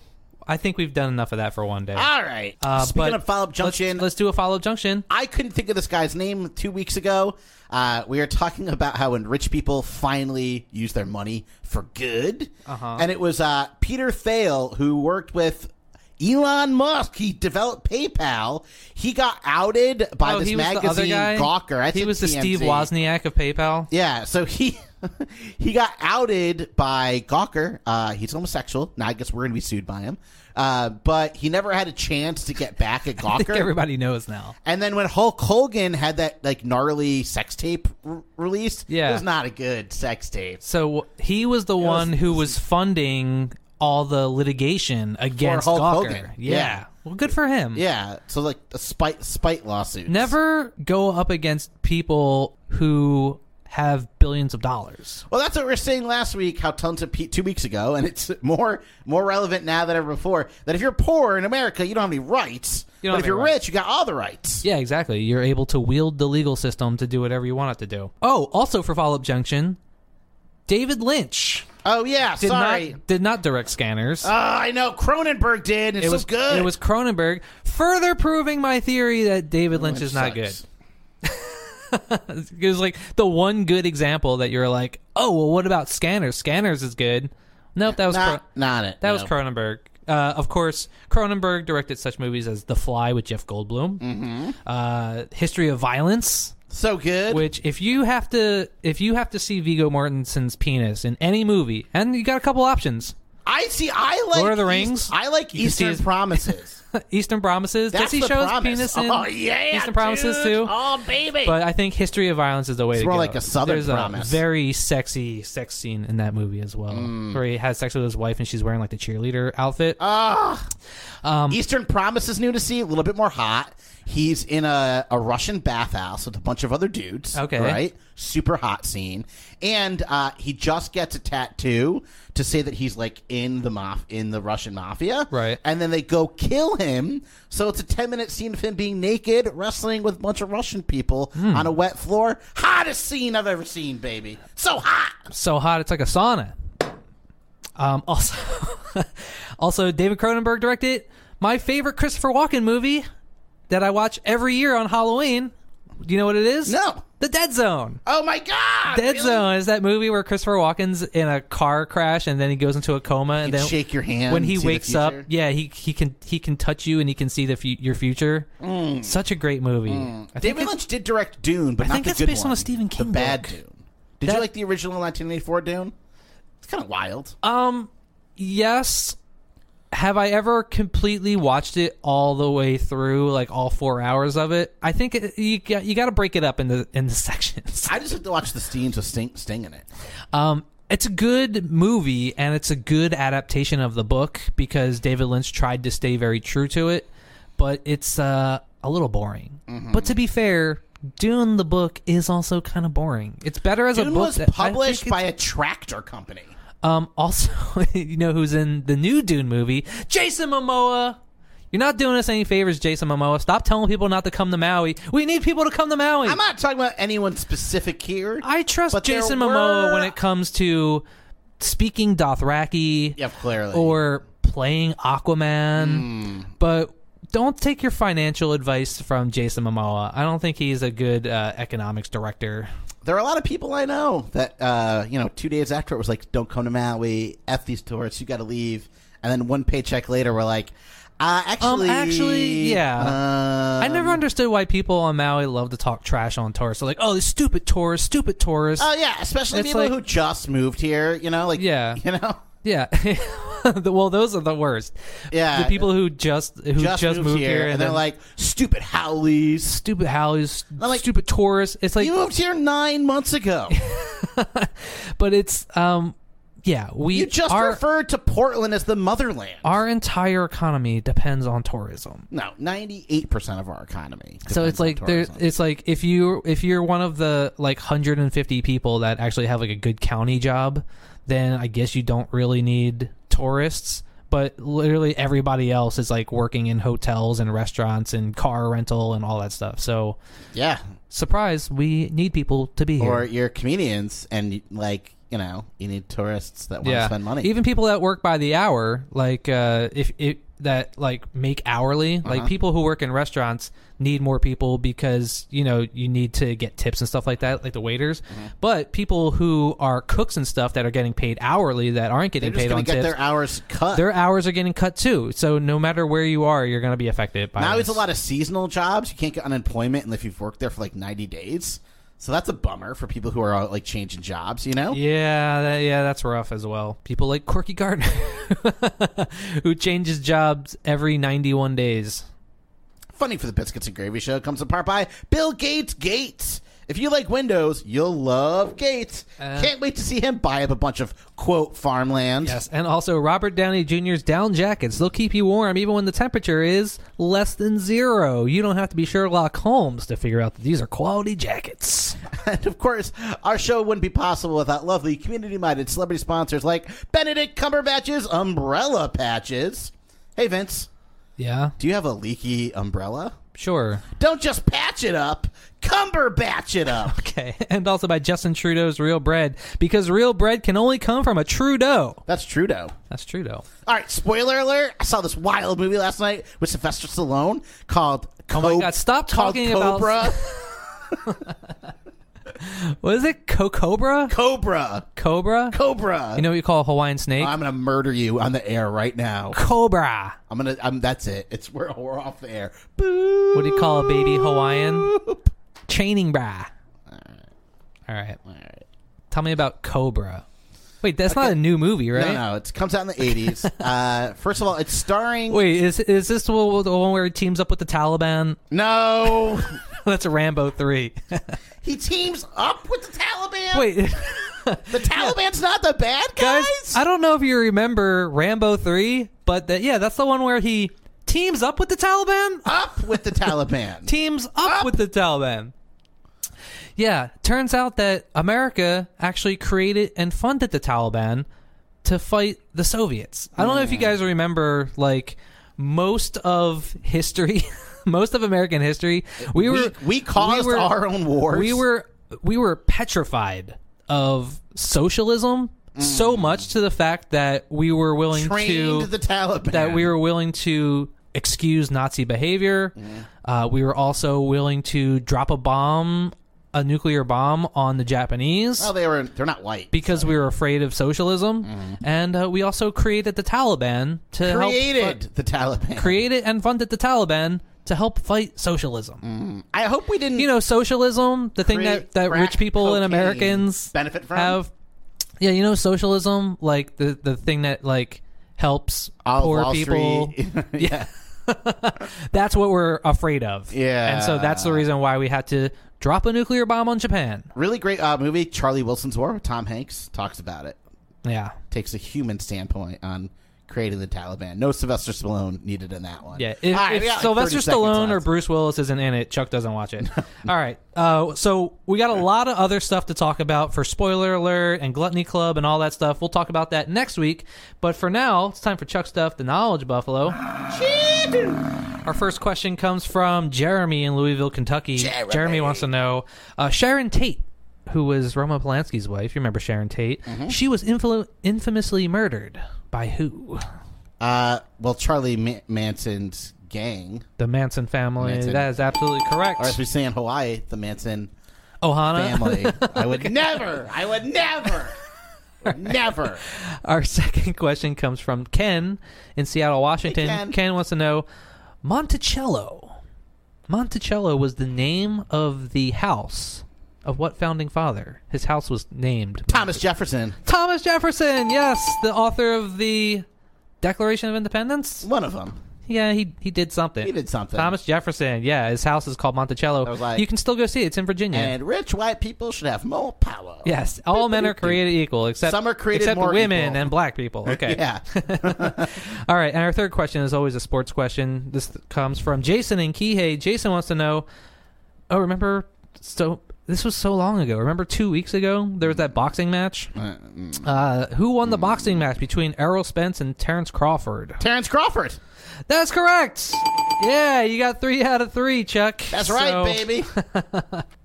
[SPEAKER 3] I think we've done enough of that for one day.
[SPEAKER 4] All right.
[SPEAKER 3] Uh,
[SPEAKER 4] Ah. Speaking
[SPEAKER 3] but
[SPEAKER 4] of follow up
[SPEAKER 3] let's-
[SPEAKER 4] junction,
[SPEAKER 3] Let's, do a follow up junction.
[SPEAKER 4] I couldn't think of this guy's name two weeks ago. Uh, we were talking about how when rich people finally use their money for good. Uh-huh. And it was uh, Peter Thiel who worked with Elon Musk. He developed PayPal. He got outed by
[SPEAKER 3] oh,
[SPEAKER 4] this
[SPEAKER 3] he was
[SPEAKER 4] magazine,
[SPEAKER 3] the other guy.
[SPEAKER 4] Gawker. I
[SPEAKER 3] he
[SPEAKER 4] said
[SPEAKER 3] was the Steve
[SPEAKER 4] TMZ.
[SPEAKER 3] Wozniak of PayPal.
[SPEAKER 4] Yeah, so he he got outed by Gawker. Uh, he's homosexual. Now I guess we're gonna be sued by him. Uh, but he never had a chance to get back at
[SPEAKER 3] I think
[SPEAKER 4] Gawker.
[SPEAKER 3] everybody knows now.
[SPEAKER 4] and then when Hulk Hogan had that like gnarly sex tape r- released,
[SPEAKER 3] Yeah.
[SPEAKER 4] it was not a good sex tape.
[SPEAKER 3] So he was the one who was funding all the litigation against
[SPEAKER 4] Hulk
[SPEAKER 3] Gawker.
[SPEAKER 4] Hogan.
[SPEAKER 3] Yeah.
[SPEAKER 4] Yeah.
[SPEAKER 3] Well, good for him.
[SPEAKER 4] Yeah, so like a spite spite lawsuit.
[SPEAKER 3] Never go up against people who have billions of dollars.
[SPEAKER 4] Well, that's what we were saying last week. How tons of pe- two weeks ago, and it's more more relevant now than ever before. That if you're poor in America, you don't have any rights.
[SPEAKER 3] You don't
[SPEAKER 4] but
[SPEAKER 3] have
[SPEAKER 4] if
[SPEAKER 3] any
[SPEAKER 4] you're
[SPEAKER 3] rights.
[SPEAKER 4] rich, you got all the rights.
[SPEAKER 3] Yeah, exactly. You're able to wield the legal system to do whatever you want it to do. Oh, also for follow up junction, David Lynch
[SPEAKER 4] Oh yeah,
[SPEAKER 3] did
[SPEAKER 4] sorry.
[SPEAKER 3] not did not direct scanners.
[SPEAKER 4] Oh, I know Cronenberg did. It's
[SPEAKER 3] it
[SPEAKER 4] so
[SPEAKER 3] was
[SPEAKER 4] good.
[SPEAKER 3] It was Cronenberg, further proving my theory that David Lynch, is not
[SPEAKER 4] Sucks.
[SPEAKER 3] good. It was like the one good example that you're like, oh well, what about Scanners? Scanners is good. Nope, that was
[SPEAKER 4] Not,
[SPEAKER 3] Cro-
[SPEAKER 4] not it.
[SPEAKER 3] that was
[SPEAKER 4] no.
[SPEAKER 3] Cronenberg. Uh, of course, Cronenberg directed such movies as The Fly with Jeff Goldblum,
[SPEAKER 4] Mm-hmm.
[SPEAKER 3] uh, History of Violence,
[SPEAKER 4] so good.
[SPEAKER 3] which if you have to if you have to see Vigo Mortensen's penis in any movie, and you got a couple options,
[SPEAKER 4] I see. I like
[SPEAKER 3] Lord of the
[SPEAKER 4] East-
[SPEAKER 3] Rings?
[SPEAKER 4] I like
[SPEAKER 3] You can see
[SPEAKER 4] Eastern
[SPEAKER 3] his-
[SPEAKER 4] Promises.
[SPEAKER 3] Eastern Promises.
[SPEAKER 4] That's
[SPEAKER 3] Does he
[SPEAKER 4] the
[SPEAKER 3] show
[SPEAKER 4] promise.
[SPEAKER 3] his penis in
[SPEAKER 4] oh yeah,
[SPEAKER 3] Eastern Promises
[SPEAKER 4] dude.
[SPEAKER 3] too?
[SPEAKER 4] Oh baby.
[SPEAKER 3] But I think History of Violence is the way
[SPEAKER 4] It's
[SPEAKER 3] to
[SPEAKER 4] more
[SPEAKER 3] go.
[SPEAKER 4] like a Southern
[SPEAKER 3] There's
[SPEAKER 4] promise.
[SPEAKER 3] a very sexy sex scene in that movie as well,
[SPEAKER 4] Mm.
[SPEAKER 3] where he has sex with his wife and she's wearing like the cheerleader outfit.
[SPEAKER 4] Uh. Eastern Promises new to see. A little bit more hot. He's in a, a Russian bathhouse with a bunch of other dudes.
[SPEAKER 3] Okay.
[SPEAKER 4] Right? Super hot scene. And uh, he just gets a tattoo to say that he's like in the maf- in the Russian mafia.
[SPEAKER 3] Right.
[SPEAKER 4] And then they go kill him. So it's a 10 minute scene of him being naked, wrestling with a bunch of Russian people
[SPEAKER 3] Hmm.
[SPEAKER 4] on a wet floor. Hottest scene I've ever seen, baby. So hot.
[SPEAKER 3] so hot it's like a sauna. Um, also, also David Cronenberg directed my favorite Christopher Walken movie that I watch every year on Halloween. Do you know what it is?
[SPEAKER 4] No.
[SPEAKER 3] The Dead Zone.
[SPEAKER 4] Oh my God.
[SPEAKER 3] Dead
[SPEAKER 4] really?
[SPEAKER 3] Zone is that movie where Christopher Walken's in a car crash and then he goes into a coma and
[SPEAKER 4] He'd
[SPEAKER 3] then
[SPEAKER 4] shake your hand
[SPEAKER 3] when
[SPEAKER 4] and
[SPEAKER 3] he
[SPEAKER 4] see the
[SPEAKER 3] wakes up.
[SPEAKER 4] future.
[SPEAKER 3] Yeah, he he can he can touch you and he can see the fu- your future.
[SPEAKER 4] Mm.
[SPEAKER 3] Such a great movie. I think
[SPEAKER 4] David Lynch did direct Dune, but
[SPEAKER 3] I
[SPEAKER 4] not
[SPEAKER 3] think
[SPEAKER 4] the
[SPEAKER 3] that's
[SPEAKER 4] good
[SPEAKER 3] based on
[SPEAKER 4] one,
[SPEAKER 3] a Stephen King
[SPEAKER 4] The bad
[SPEAKER 3] book.
[SPEAKER 4] Dune. Did
[SPEAKER 3] That-
[SPEAKER 4] you like the original 1984 Dune? It's kind of wild.
[SPEAKER 3] Um, yes. Have I ever completely watched it all the way through, like all four hours of it? I think it, you got, you got to break it up into into sections.
[SPEAKER 4] I just have to watch the scenes with Sting, Sting in it.
[SPEAKER 3] Um, it's a good movie and it's a good adaptation of the book because David Lynch tried to stay very true to it, but it's uh, a little boring.
[SPEAKER 4] Mm-hmm.
[SPEAKER 3] But to be fair, Dune the book is also kind of boring. It's better as a
[SPEAKER 4] Dune
[SPEAKER 3] book.
[SPEAKER 4] was
[SPEAKER 3] that- I
[SPEAKER 4] published
[SPEAKER 3] think
[SPEAKER 4] by
[SPEAKER 3] it's-
[SPEAKER 4] a tractor company.
[SPEAKER 3] Um, also, you know who's in the new Dune movie? Jason Momoa. You're not doing us any favors, Jason Momoa. Stop telling people not to come to Maui. We need people to come to Maui.
[SPEAKER 4] I'm not talking about anyone specific here.
[SPEAKER 3] I trust
[SPEAKER 4] But there
[SPEAKER 3] Jason
[SPEAKER 4] were-
[SPEAKER 3] Momoa when it comes to speaking Dothraki
[SPEAKER 4] yeah, clearly.
[SPEAKER 3] or playing
[SPEAKER 4] Hmm.
[SPEAKER 3] Aquaman. But don't take your financial advice from Jason Momoa. I don't think he's a good uh, economics director.
[SPEAKER 4] there are a lot of people I know that uh, you know. Two days after it was like, "Don't come to Maui. F these tourists. You got to leave." And then one paycheck later, we're like, uh, "Actually,
[SPEAKER 3] Um, actually, yeah.
[SPEAKER 4] um,
[SPEAKER 3] I never understood why people on Maui love to talk trash on tourists. They're like, oh, these stupid tourists, stupid tourists.
[SPEAKER 4] Oh yeah, especially
[SPEAKER 3] It's
[SPEAKER 4] people
[SPEAKER 3] like-
[SPEAKER 4] who just moved here. You know, like
[SPEAKER 3] Yeah.
[SPEAKER 4] you know,
[SPEAKER 3] yeah. The- well, those are the worst.
[SPEAKER 4] yeah,
[SPEAKER 3] the people who just who
[SPEAKER 4] just,
[SPEAKER 3] just,
[SPEAKER 4] moved, here, and, they're
[SPEAKER 3] then,
[SPEAKER 4] like stupid Howleys.
[SPEAKER 3] stupid Howleys,
[SPEAKER 4] I'm like-
[SPEAKER 3] stupid tourists. It's like,
[SPEAKER 4] You moved here nine months ago.
[SPEAKER 3] but it's um, yeah, we
[SPEAKER 4] You just
[SPEAKER 3] our,
[SPEAKER 4] referred to Portland as the motherland.
[SPEAKER 3] our entire economy depends on tourism.
[SPEAKER 4] no, ninety-eight percent of our economy.
[SPEAKER 3] So it's
[SPEAKER 4] depends on
[SPEAKER 3] like there,
[SPEAKER 4] tourism.
[SPEAKER 3] it's like if you if you're one of the like 150 people that actually have like a good county job, then I guess you don't really need tourists. But literally everybody else is like working in hotels and restaurants and car rental and all that stuff. So
[SPEAKER 4] yeah,
[SPEAKER 3] surprise, we need people to be here.
[SPEAKER 4] or you're comedians and like you know you need tourists that want to
[SPEAKER 3] yeah,
[SPEAKER 4] spend money.
[SPEAKER 3] Even people that work by the hour, like uh, if it that like make hourly, like
[SPEAKER 4] Uh-huh.
[SPEAKER 3] people who work in restaurants need more people because you know you need to get tips and stuff like that, like the waiters.
[SPEAKER 4] Mm-hmm.
[SPEAKER 3] But people who are cooks and stuff that are getting paid hourly that aren't
[SPEAKER 4] they're
[SPEAKER 3] getting
[SPEAKER 4] just
[SPEAKER 3] paid
[SPEAKER 4] gonna
[SPEAKER 3] on
[SPEAKER 4] get
[SPEAKER 3] tips,
[SPEAKER 4] their hours cut.
[SPEAKER 3] their hours are getting cut too. So no matter where you are, you're going to be affected by
[SPEAKER 4] now
[SPEAKER 3] this.
[SPEAKER 4] it's a lot of seasonal jobs. You can't get unemployment unless you've worked there for like ninety days. So that's a bummer for people who are uh, like changing jobs. You know,
[SPEAKER 3] Yeah, that, yeah, that's rough as well. People like Quirky Gardner, who changes jobs every 91 days.
[SPEAKER 4] Funding for the Biscuits and Gravy Show comes in part by Bill Gates Gates. If you like Windows, you'll love Gates.
[SPEAKER 3] Uh,
[SPEAKER 4] Can't wait to see him buy up a bunch of quote farmland.
[SPEAKER 3] Yes, and also Robert Downey Jr.'s down jackets. They'll keep you warm even when the temperature is less than zero. You don't have to be Sherlock Holmes to figure out that these are quality jackets.
[SPEAKER 4] And of course, our show wouldn't be possible without lovely community minded celebrity sponsors like Benedict Cumberbatch's umbrella patches. Hey Vince,
[SPEAKER 3] Yeah,
[SPEAKER 4] do you have a leaky umbrella?
[SPEAKER 3] sure.
[SPEAKER 4] Don't just patch it up, Cumberbatch it up.
[SPEAKER 3] Okay, and also by Justin Trudeau's Real Bread because real bread can only come from a Trudeau.
[SPEAKER 4] That's Trudeau.
[SPEAKER 3] That's Trudeau.
[SPEAKER 4] All right, spoiler alert. I saw this wild movie last night with Sylvester Stallone called Oh
[SPEAKER 3] my God, stop talking about-
[SPEAKER 4] Cobra.
[SPEAKER 3] What is it? Co Cobra?
[SPEAKER 4] Cobra.
[SPEAKER 3] Cobra?
[SPEAKER 4] Cobra. Oh,
[SPEAKER 3] You know what you call a Hawaiian snake?
[SPEAKER 4] I'm going to murder you on the air right now.
[SPEAKER 3] Cobra.
[SPEAKER 4] I'm going to I'm that's it. It's we're, we're off the air.
[SPEAKER 3] What do you call a baby Hawaiian? Chaining bra. All right.
[SPEAKER 4] right.
[SPEAKER 3] Tell me about Cobra. Wait, that's not a new movie, right?
[SPEAKER 4] No, no, it comes out in the 80s. uh, first of all, it's starring
[SPEAKER 3] Wait, is is this the one the one where he teams up with the Taliban?
[SPEAKER 4] No.
[SPEAKER 3] That's Rambo three.
[SPEAKER 4] he teams up with the Taliban.
[SPEAKER 3] Wait,
[SPEAKER 4] the Taliban's not the bad guys?
[SPEAKER 3] guys, I don't know if you remember Rambo three, but that yeah, that's the one where he teams up with the Taliban.
[SPEAKER 4] up with the Taliban.
[SPEAKER 3] teams up, with the Taliban. Yeah, turns out that America actually created and funded the Taliban to fight the Soviets. I don't know if you guys remember, like, most of history, most of American history, we
[SPEAKER 4] We-
[SPEAKER 3] were
[SPEAKER 4] we caused our own wars.
[SPEAKER 3] We were we were petrified of socialism so much to the fact that we were willing
[SPEAKER 4] Mm. Trained
[SPEAKER 3] to
[SPEAKER 4] the Taliban.
[SPEAKER 3] that we were willing to excuse Nazi behavior. Uh, we were also willing to drop a bomb, a nuclear bomb, on the Japanese
[SPEAKER 4] Oh, they were. They're not white.
[SPEAKER 3] because we were afraid of socialism,
[SPEAKER 4] Mm-hmm.
[SPEAKER 3] and uh, we also created the Taliban to help
[SPEAKER 4] created
[SPEAKER 3] fu-
[SPEAKER 4] the Taliban.
[SPEAKER 3] created and funded the Taliban to help fight socialism.
[SPEAKER 4] I hope we didn't.
[SPEAKER 3] You know, socialism, the thing
[SPEAKER 4] Mm-hmm. create
[SPEAKER 3] that, that
[SPEAKER 4] crack
[SPEAKER 3] rich people and
[SPEAKER 4] cocaine
[SPEAKER 3] Americans
[SPEAKER 4] benefit from.
[SPEAKER 3] have. Yeah, you know, socialism, like the the thing that like helps
[SPEAKER 4] All of
[SPEAKER 3] poor
[SPEAKER 4] Wall
[SPEAKER 3] people.
[SPEAKER 4] Street.
[SPEAKER 3] Yeah. that's what we're afraid of.
[SPEAKER 4] Yeah.
[SPEAKER 3] And so that's the reason why we had to drop a nuclear bomb on Japan.
[SPEAKER 4] really great uh, movie. Charlie Wilson's War. with Tom Hanks talks about it.
[SPEAKER 3] Yeah.
[SPEAKER 4] Takes a human standpoint on creating the Taliban. No Sylvester Stallone needed in that one.
[SPEAKER 3] Yeah.
[SPEAKER 4] All
[SPEAKER 3] If,
[SPEAKER 4] right,
[SPEAKER 3] if
[SPEAKER 4] we got like
[SPEAKER 3] Sylvester
[SPEAKER 4] 30 seconds
[SPEAKER 3] Stallone or
[SPEAKER 4] left.
[SPEAKER 3] Bruce Willis isn't in it, Chuck doesn't watch it. All right. Uh, so we got a lot of other stuff to talk about for Spoiler Alert and Gluttony Club and all that stuff. We'll talk about that next week. But for now, it's time for Chuck Stuff, the Knowledge Buffalo. Our first question comes from Jeremy in Louisville, Kentucky.
[SPEAKER 4] Jeremy.
[SPEAKER 3] wants to know uh, Sharon Tate, who was Roman Polanski's wife. You remember Sharon Tate?
[SPEAKER 4] Mm-hmm.
[SPEAKER 3] She was influ- infamously murdered by who?
[SPEAKER 4] Uh, well, Charlie Ma- Manson's gang,
[SPEAKER 3] The Manson family.
[SPEAKER 4] Manson.
[SPEAKER 3] That is absolutely correct.
[SPEAKER 4] or as we say in Hawaii, the Manson
[SPEAKER 3] Ohana.
[SPEAKER 4] family. I would never. I would never. Never.
[SPEAKER 3] Our second question comes from Ken in Seattle, Washington.
[SPEAKER 4] Hey, Ken.
[SPEAKER 3] wants to know Monticello. Monticello was the name of the house of what founding father? His house was named
[SPEAKER 4] Thomas Jefferson,
[SPEAKER 3] Thomas Jefferson. Yes, the author of the Declaration of Independence.
[SPEAKER 4] one of them.
[SPEAKER 3] yeah, he he did something.
[SPEAKER 4] He did something.
[SPEAKER 3] Thomas Jefferson. Yeah, his house is called Monticello.
[SPEAKER 4] I was like-
[SPEAKER 3] you can still go see it. It's in Virginia.
[SPEAKER 4] And rich white people should have more power.
[SPEAKER 3] Yes, all men are created equal, except
[SPEAKER 4] Some are created
[SPEAKER 3] except
[SPEAKER 4] more
[SPEAKER 3] women
[SPEAKER 4] equal.
[SPEAKER 3] and black people. Okay,
[SPEAKER 4] Yeah.
[SPEAKER 3] all right. And our third question is always a sports question. This th- comes from Jason in Kihei. Jason wants to know. Oh, remember? So this was so long ago. Remember two weeks ago there was that boxing match.
[SPEAKER 4] Mm.
[SPEAKER 3] Uh, who won the boxing match between Errol Spence and Terrence Crawford?
[SPEAKER 4] Terrence Crawford.
[SPEAKER 3] That's correct. Yeah, you got three out of three, Chuck.
[SPEAKER 4] That's
[SPEAKER 3] So
[SPEAKER 4] right, baby.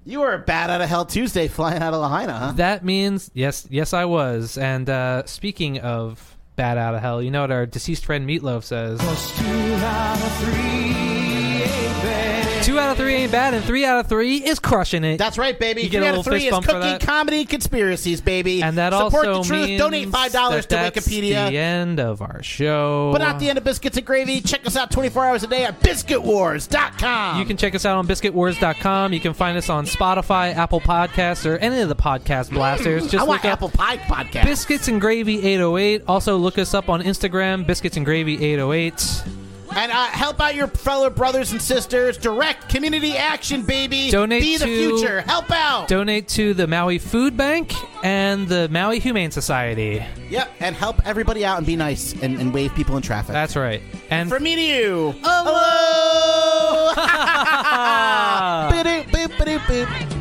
[SPEAKER 4] you were a bat out of hell Tuesday flying out of Lahaina, huh?
[SPEAKER 3] That means yes, yes, I was. And uh, speaking of bad out of hell, you know what our deceased friend Meatloaf says? two out of three ain't bad, and three out of three is crushing it.
[SPEAKER 4] That's right, baby.
[SPEAKER 3] You get a
[SPEAKER 4] three out
[SPEAKER 3] little
[SPEAKER 4] of three
[SPEAKER 3] fist
[SPEAKER 4] is
[SPEAKER 3] bump for
[SPEAKER 4] cooking,
[SPEAKER 3] that.
[SPEAKER 4] comedy, conspiracies, baby.
[SPEAKER 3] and that
[SPEAKER 4] Support
[SPEAKER 3] also
[SPEAKER 4] the truth.
[SPEAKER 3] means
[SPEAKER 4] Donate five dollars
[SPEAKER 3] that
[SPEAKER 4] to
[SPEAKER 3] that's
[SPEAKER 4] Wikipedia.
[SPEAKER 3] The end of our show.
[SPEAKER 4] But not the end of biscuits and gravy. Check us out 24 hours a day at biscuitwars.com.
[SPEAKER 3] You can check us out on biscuitwars.com. You can find us on Spotify, Apple Podcasts, or any of the podcast blasters. Just
[SPEAKER 4] Mm, I want
[SPEAKER 3] look up
[SPEAKER 4] apple pie podcast.
[SPEAKER 3] Biscuits and Gravy 808. Also, look us up on Instagram, Biscuits and Gravy 808.
[SPEAKER 4] and uh, help out your fellow brothers and sisters. Direct community action, baby.
[SPEAKER 3] Donate
[SPEAKER 4] Be the
[SPEAKER 3] to-
[SPEAKER 4] future. Help out.
[SPEAKER 3] Donate to the Maui Food Bank and the Maui Humane Society.
[SPEAKER 4] yep. And help everybody out and be nice and, and wave people in traffic.
[SPEAKER 3] That's right. And
[SPEAKER 4] From me to you. Hello. Boop, boop, boop, boop.